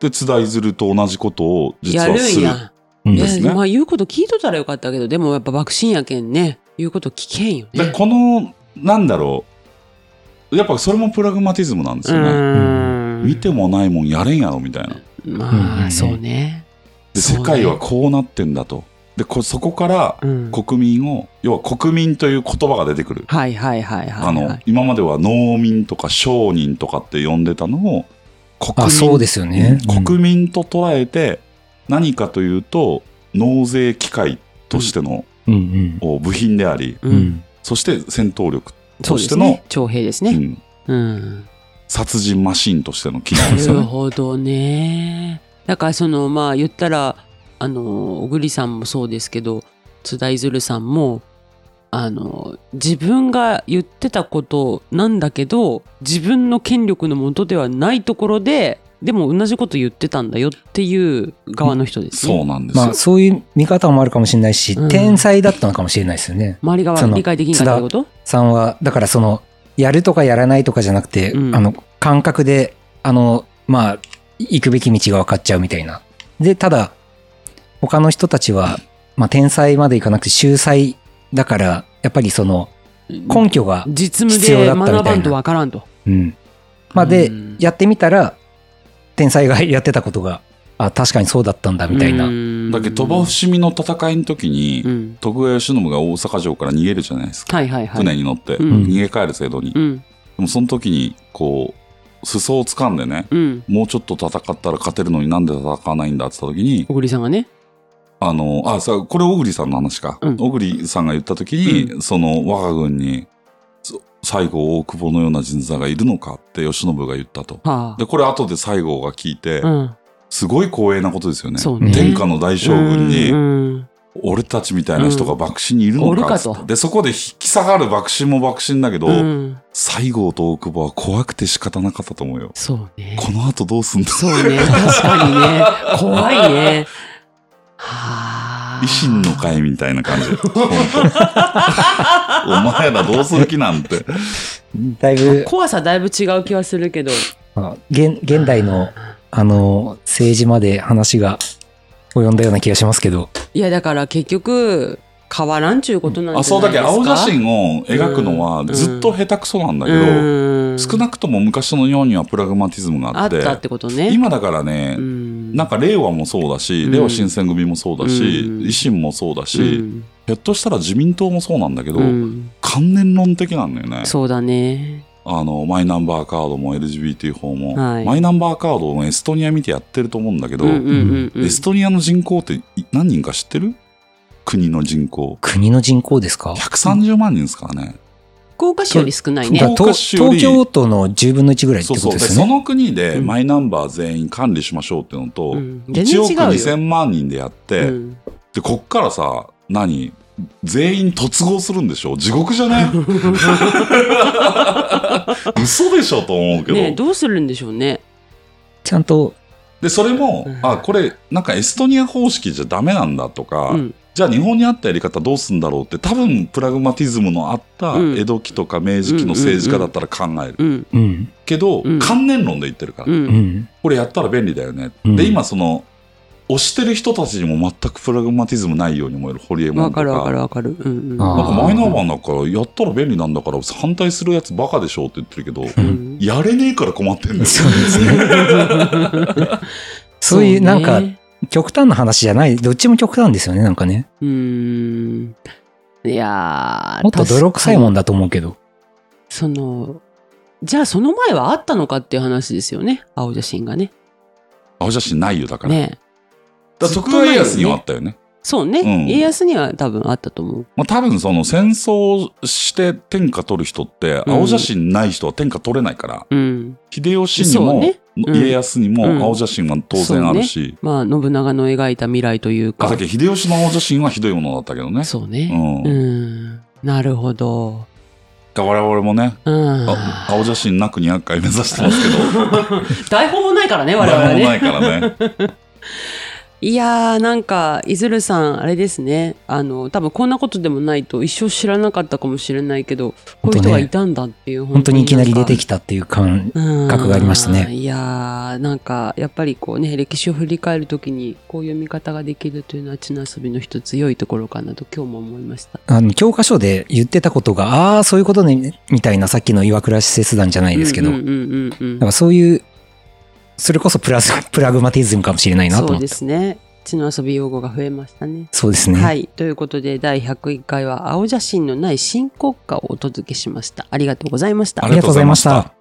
Speaker 2: で、津田ずると同じことを実
Speaker 1: や
Speaker 2: は
Speaker 1: る
Speaker 2: す
Speaker 1: ん
Speaker 2: る。
Speaker 1: や。
Speaker 3: うん
Speaker 1: い
Speaker 2: ですね
Speaker 1: やまあ言うこと聞いとったらよかったけど、でもやっぱ爆心やけんね、言うこと聞けんよ
Speaker 2: で、
Speaker 1: ね。
Speaker 2: この、なんだろう。やっぱそれもプラグマティズムなんですよね。
Speaker 1: ーん
Speaker 2: 見てもないもんやれんやろ、みたいな。
Speaker 3: うんうん
Speaker 1: ま
Speaker 3: う
Speaker 1: あ、
Speaker 3: ん
Speaker 1: そうね。
Speaker 2: で、
Speaker 1: そうね
Speaker 2: 世界はこうなってんだと。で、こそこから
Speaker 1: うん
Speaker 2: 国民を、要は国民という言葉が出てくる。
Speaker 1: はいはいはい
Speaker 2: あ
Speaker 1: はいは
Speaker 2: の
Speaker 1: い。、
Speaker 2: 今までは農民とか商人とかって呼んでたのを、国
Speaker 3: あ、
Speaker 2: 民
Speaker 3: そうですよね。
Speaker 2: 国民と捉えて何かというと納税機会としての
Speaker 3: うんうん
Speaker 2: お部品であり、
Speaker 1: う。
Speaker 3: うんん。
Speaker 2: そして戦闘力、
Speaker 1: そう
Speaker 2: と
Speaker 1: で
Speaker 2: し
Speaker 1: す
Speaker 2: ての
Speaker 1: ね。徴兵です
Speaker 2: う
Speaker 1: ね。
Speaker 2: ん、
Speaker 1: うん。
Speaker 2: 殺人マシンとしての機
Speaker 1: な
Speaker 2: 能ですよ
Speaker 1: る
Speaker 2: ね。
Speaker 1: ほどね。だからそのまあ言ったらあの小栗さんもそうですけど津田いずるさんもあの自分が言ってたことなんだけど自分の権力のもとではないところででも同じこと言ってたんだよっていう側の人です
Speaker 2: そ
Speaker 1: ね。
Speaker 2: うなんですよ。
Speaker 3: まあ、そういう見方もあるかもしれないし、
Speaker 1: うん
Speaker 3: 天才だったのかもしれないですよね。
Speaker 1: 周りが
Speaker 3: その
Speaker 1: 理解できなかったってこと
Speaker 3: さんは、だからその、やるとかやらないとかじゃなくて、
Speaker 1: うん
Speaker 3: あの、感覚で、あの、まあ、行くべき道が分かっちゃうみたいな。で、ただ、他の人たちは、まあ、天才までいかなくて、秀才だから、やっぱりその、根拠が、
Speaker 1: 実務
Speaker 3: 必要
Speaker 1: で
Speaker 3: だったみたいな
Speaker 1: 学ばんとわからんと。
Speaker 3: うん。まあ、で
Speaker 1: うん、
Speaker 3: やってみたら、天才がやってたことが、あ、確かにそうだったんだ、みたいな。
Speaker 2: だけど鳥羽伏見の戦いの時に、
Speaker 1: うん
Speaker 2: 徳川慶喜が大阪城から逃げるじゃないですか。
Speaker 1: はいはいはい。
Speaker 2: 船に乗って、
Speaker 1: うん
Speaker 2: 逃げ帰る制度に。
Speaker 1: う
Speaker 2: で
Speaker 1: ん
Speaker 2: もその時にこう裾を掴んでね、
Speaker 1: うん
Speaker 2: もうちょっと戦ったら勝てるのになんで戦わないんだって言った時に
Speaker 1: 小栗さんがね。
Speaker 2: あの、あ、さ、これ、小栗さんの話か。
Speaker 1: うん
Speaker 2: 小栗さんが言ったときに、その、我が軍に、そ西郷大久保のような人材がいるのかって、慶喜が言ったと。
Speaker 1: は
Speaker 2: で、これ、後で西郷が聞いて、
Speaker 1: あ。うん。
Speaker 2: すごい光栄なことですよね。
Speaker 1: そうね
Speaker 2: 天下の大将軍に、
Speaker 1: うんうん
Speaker 2: 俺たちみたいな人が幕臣にいる
Speaker 1: お
Speaker 2: の
Speaker 1: る
Speaker 2: か
Speaker 1: か
Speaker 2: っつ
Speaker 1: と
Speaker 2: ってで、そこで引き下がる幕臣も幕臣だけど、
Speaker 1: うん
Speaker 2: 西郷と大久保は怖くて仕方なかったと思うよ。
Speaker 1: そうね。
Speaker 2: この後どうすんだ
Speaker 1: そうね。確かにね。怖いね。はあ。
Speaker 2: 維新の会みたいな感
Speaker 1: *laughs*
Speaker 2: じ。本当お前らどうする気なんて。
Speaker 3: だいぶ、
Speaker 1: 怖さだいぶ違う気はするけど。
Speaker 3: まあ現現代のあの政治まで話が及んだような気がしますけど、
Speaker 1: いや、だから結局、変わらんちゅうことなんじゃないですか。
Speaker 2: あそうだけど青写真を描くのは
Speaker 1: うん
Speaker 2: ずっと下手くそなんだけど、
Speaker 1: うん
Speaker 2: 少なくとも昔の日本にはプラグマティズムが
Speaker 1: あ
Speaker 2: あ
Speaker 1: っ
Speaker 2: って
Speaker 1: たってことね。
Speaker 2: 今だからね、
Speaker 1: うん、
Speaker 2: なんか令和もそうだし、
Speaker 1: うん
Speaker 2: 令和新選組もそうだし、
Speaker 1: うん
Speaker 2: 維新もそうだし、
Speaker 1: うん
Speaker 2: ひょっとしたら自民党もそうなんだけど、
Speaker 1: うん
Speaker 2: 関連論的なんだよね。
Speaker 1: そうだね。
Speaker 2: あの、マイナンバーカードも LGBT 法も、
Speaker 1: はい
Speaker 2: マイナンバーカードをエストニア見てやってると思うんだけど、
Speaker 1: うんうんうんうん
Speaker 2: エストニアの人口ってい何人か知ってる国の人口。
Speaker 3: 国の人口ですか
Speaker 2: 130万人ですからね。
Speaker 1: 福岡市より少ないね
Speaker 3: だ。
Speaker 2: 福
Speaker 3: から
Speaker 2: 岡
Speaker 3: 東
Speaker 2: 市より
Speaker 3: 東京都の10分の1ぐらいって
Speaker 2: そ
Speaker 3: こ
Speaker 2: うそ
Speaker 3: と
Speaker 2: う。で、
Speaker 3: です
Speaker 2: そ
Speaker 3: よね。
Speaker 2: の国で
Speaker 1: うん
Speaker 2: マイナンバー全員管理しましょうってのと、
Speaker 1: うん全然
Speaker 2: 1億
Speaker 1: 違うよ。
Speaker 2: 2000万人でやって、
Speaker 1: うん
Speaker 2: で、こっからさ、何全員突合するんでしょ地獄じゃね *laughs* 嘘でしょと思うけど。
Speaker 1: ねえどうするんでしょうね。
Speaker 3: ちゃんと、
Speaker 2: で、それも、
Speaker 1: うん
Speaker 2: あ、これ、なんかエストニア方式じゃダメなんだとか、
Speaker 1: うん
Speaker 2: じゃあ日本にあったやり方どうすんだろうって、多分プラグマティズムのあった
Speaker 1: うん
Speaker 2: 江戸期とか明治期の政治家だったら考える。
Speaker 1: うん
Speaker 3: うん、
Speaker 2: けど、
Speaker 1: うん
Speaker 2: 関連論で言ってるから、
Speaker 1: う
Speaker 3: うんん、
Speaker 2: これやったら便利だよね。
Speaker 3: うん
Speaker 2: で、今その、押してる人たちにも全くプラグマティズムないように思えるホリエモ
Speaker 1: わ
Speaker 2: ンと
Speaker 1: かるわかる
Speaker 2: か。
Speaker 1: わかる。うんうん
Speaker 2: なん
Speaker 3: あ
Speaker 2: かマイナーバーだから、やったら便利なんだから、反対するやつバカでしょって言ってるけど、
Speaker 1: う
Speaker 3: うん
Speaker 2: やれねえから困ってんだよ。
Speaker 3: そうですね。そういう、なんか、
Speaker 1: ね
Speaker 3: 極端な話じゃない、どっちも極端ですよね、なんかね。
Speaker 1: うーん。いやー
Speaker 3: もっと泥臭い
Speaker 1: ん。
Speaker 3: もんだと思うけど。
Speaker 1: その、じゃあその前はあったのかっていう話ですよね。青写真がね。
Speaker 2: 青写真ないよ、だから。
Speaker 1: ねえ
Speaker 2: だから徳川家康にはあったよね。
Speaker 1: そうね。
Speaker 2: うん
Speaker 1: 家康には多分あったと思う。
Speaker 2: まあ、多分その戦争して天下取る人って、
Speaker 1: うん
Speaker 2: 青写真ない人は天下取れないから、
Speaker 1: うん。
Speaker 2: 秀吉に
Speaker 1: そう
Speaker 2: も、
Speaker 1: ねうん
Speaker 2: 家康に
Speaker 1: うん
Speaker 2: も青写真は当然あるし、
Speaker 1: まあ、信長の描いた未来という
Speaker 2: あ
Speaker 1: か
Speaker 2: だ。けど秀吉の青写真はひどいものだったけどね。
Speaker 1: そう
Speaker 2: う
Speaker 1: ね。
Speaker 2: ん。
Speaker 1: う
Speaker 2: だ
Speaker 1: ん。なるほど。
Speaker 2: から我々もね、
Speaker 1: うん。
Speaker 2: あ青写真なく200回目指してますけど、
Speaker 1: 台本もないからね、我々
Speaker 2: 誰も
Speaker 1: ね。
Speaker 2: ないからね。
Speaker 1: いやーなんかいずるさんあれですねあの多分こんなことでもないと一生知らなかったかもしれないけどこういう人がいたんだっていう
Speaker 3: 本当にいきなり出て
Speaker 1: き
Speaker 3: きたっていう感。
Speaker 1: た
Speaker 3: 覚がありましたね
Speaker 1: いやーなんかやっぱりこうね歴史を振り返るときにこういう見方ができるというのは地の遊びの一つ良いところかなと今日も思いました。
Speaker 3: あの、教科書で言ってたことが、ああ、そういうことね、みたいな、さっきの岩倉使節団じゃないですけど、
Speaker 1: うん
Speaker 3: な
Speaker 1: うんんうんうんうん
Speaker 3: かそういう、それこそプラス、プラグマティズムかもしれないなと
Speaker 1: そ
Speaker 3: 思
Speaker 1: う
Speaker 3: っ
Speaker 1: で
Speaker 3: て。
Speaker 1: すね地の遊び用語が増えましたね。
Speaker 3: そうですね。
Speaker 1: はい。ということで、第101回は、青写真のない新国家をお届けしました。ありがとうございました
Speaker 2: あ
Speaker 3: あ
Speaker 2: り
Speaker 3: り
Speaker 2: が
Speaker 3: が
Speaker 2: と
Speaker 3: と
Speaker 2: う
Speaker 3: う
Speaker 2: ご
Speaker 3: ご
Speaker 2: ざ
Speaker 3: ざ
Speaker 2: い
Speaker 3: い
Speaker 2: まし
Speaker 3: ましたた。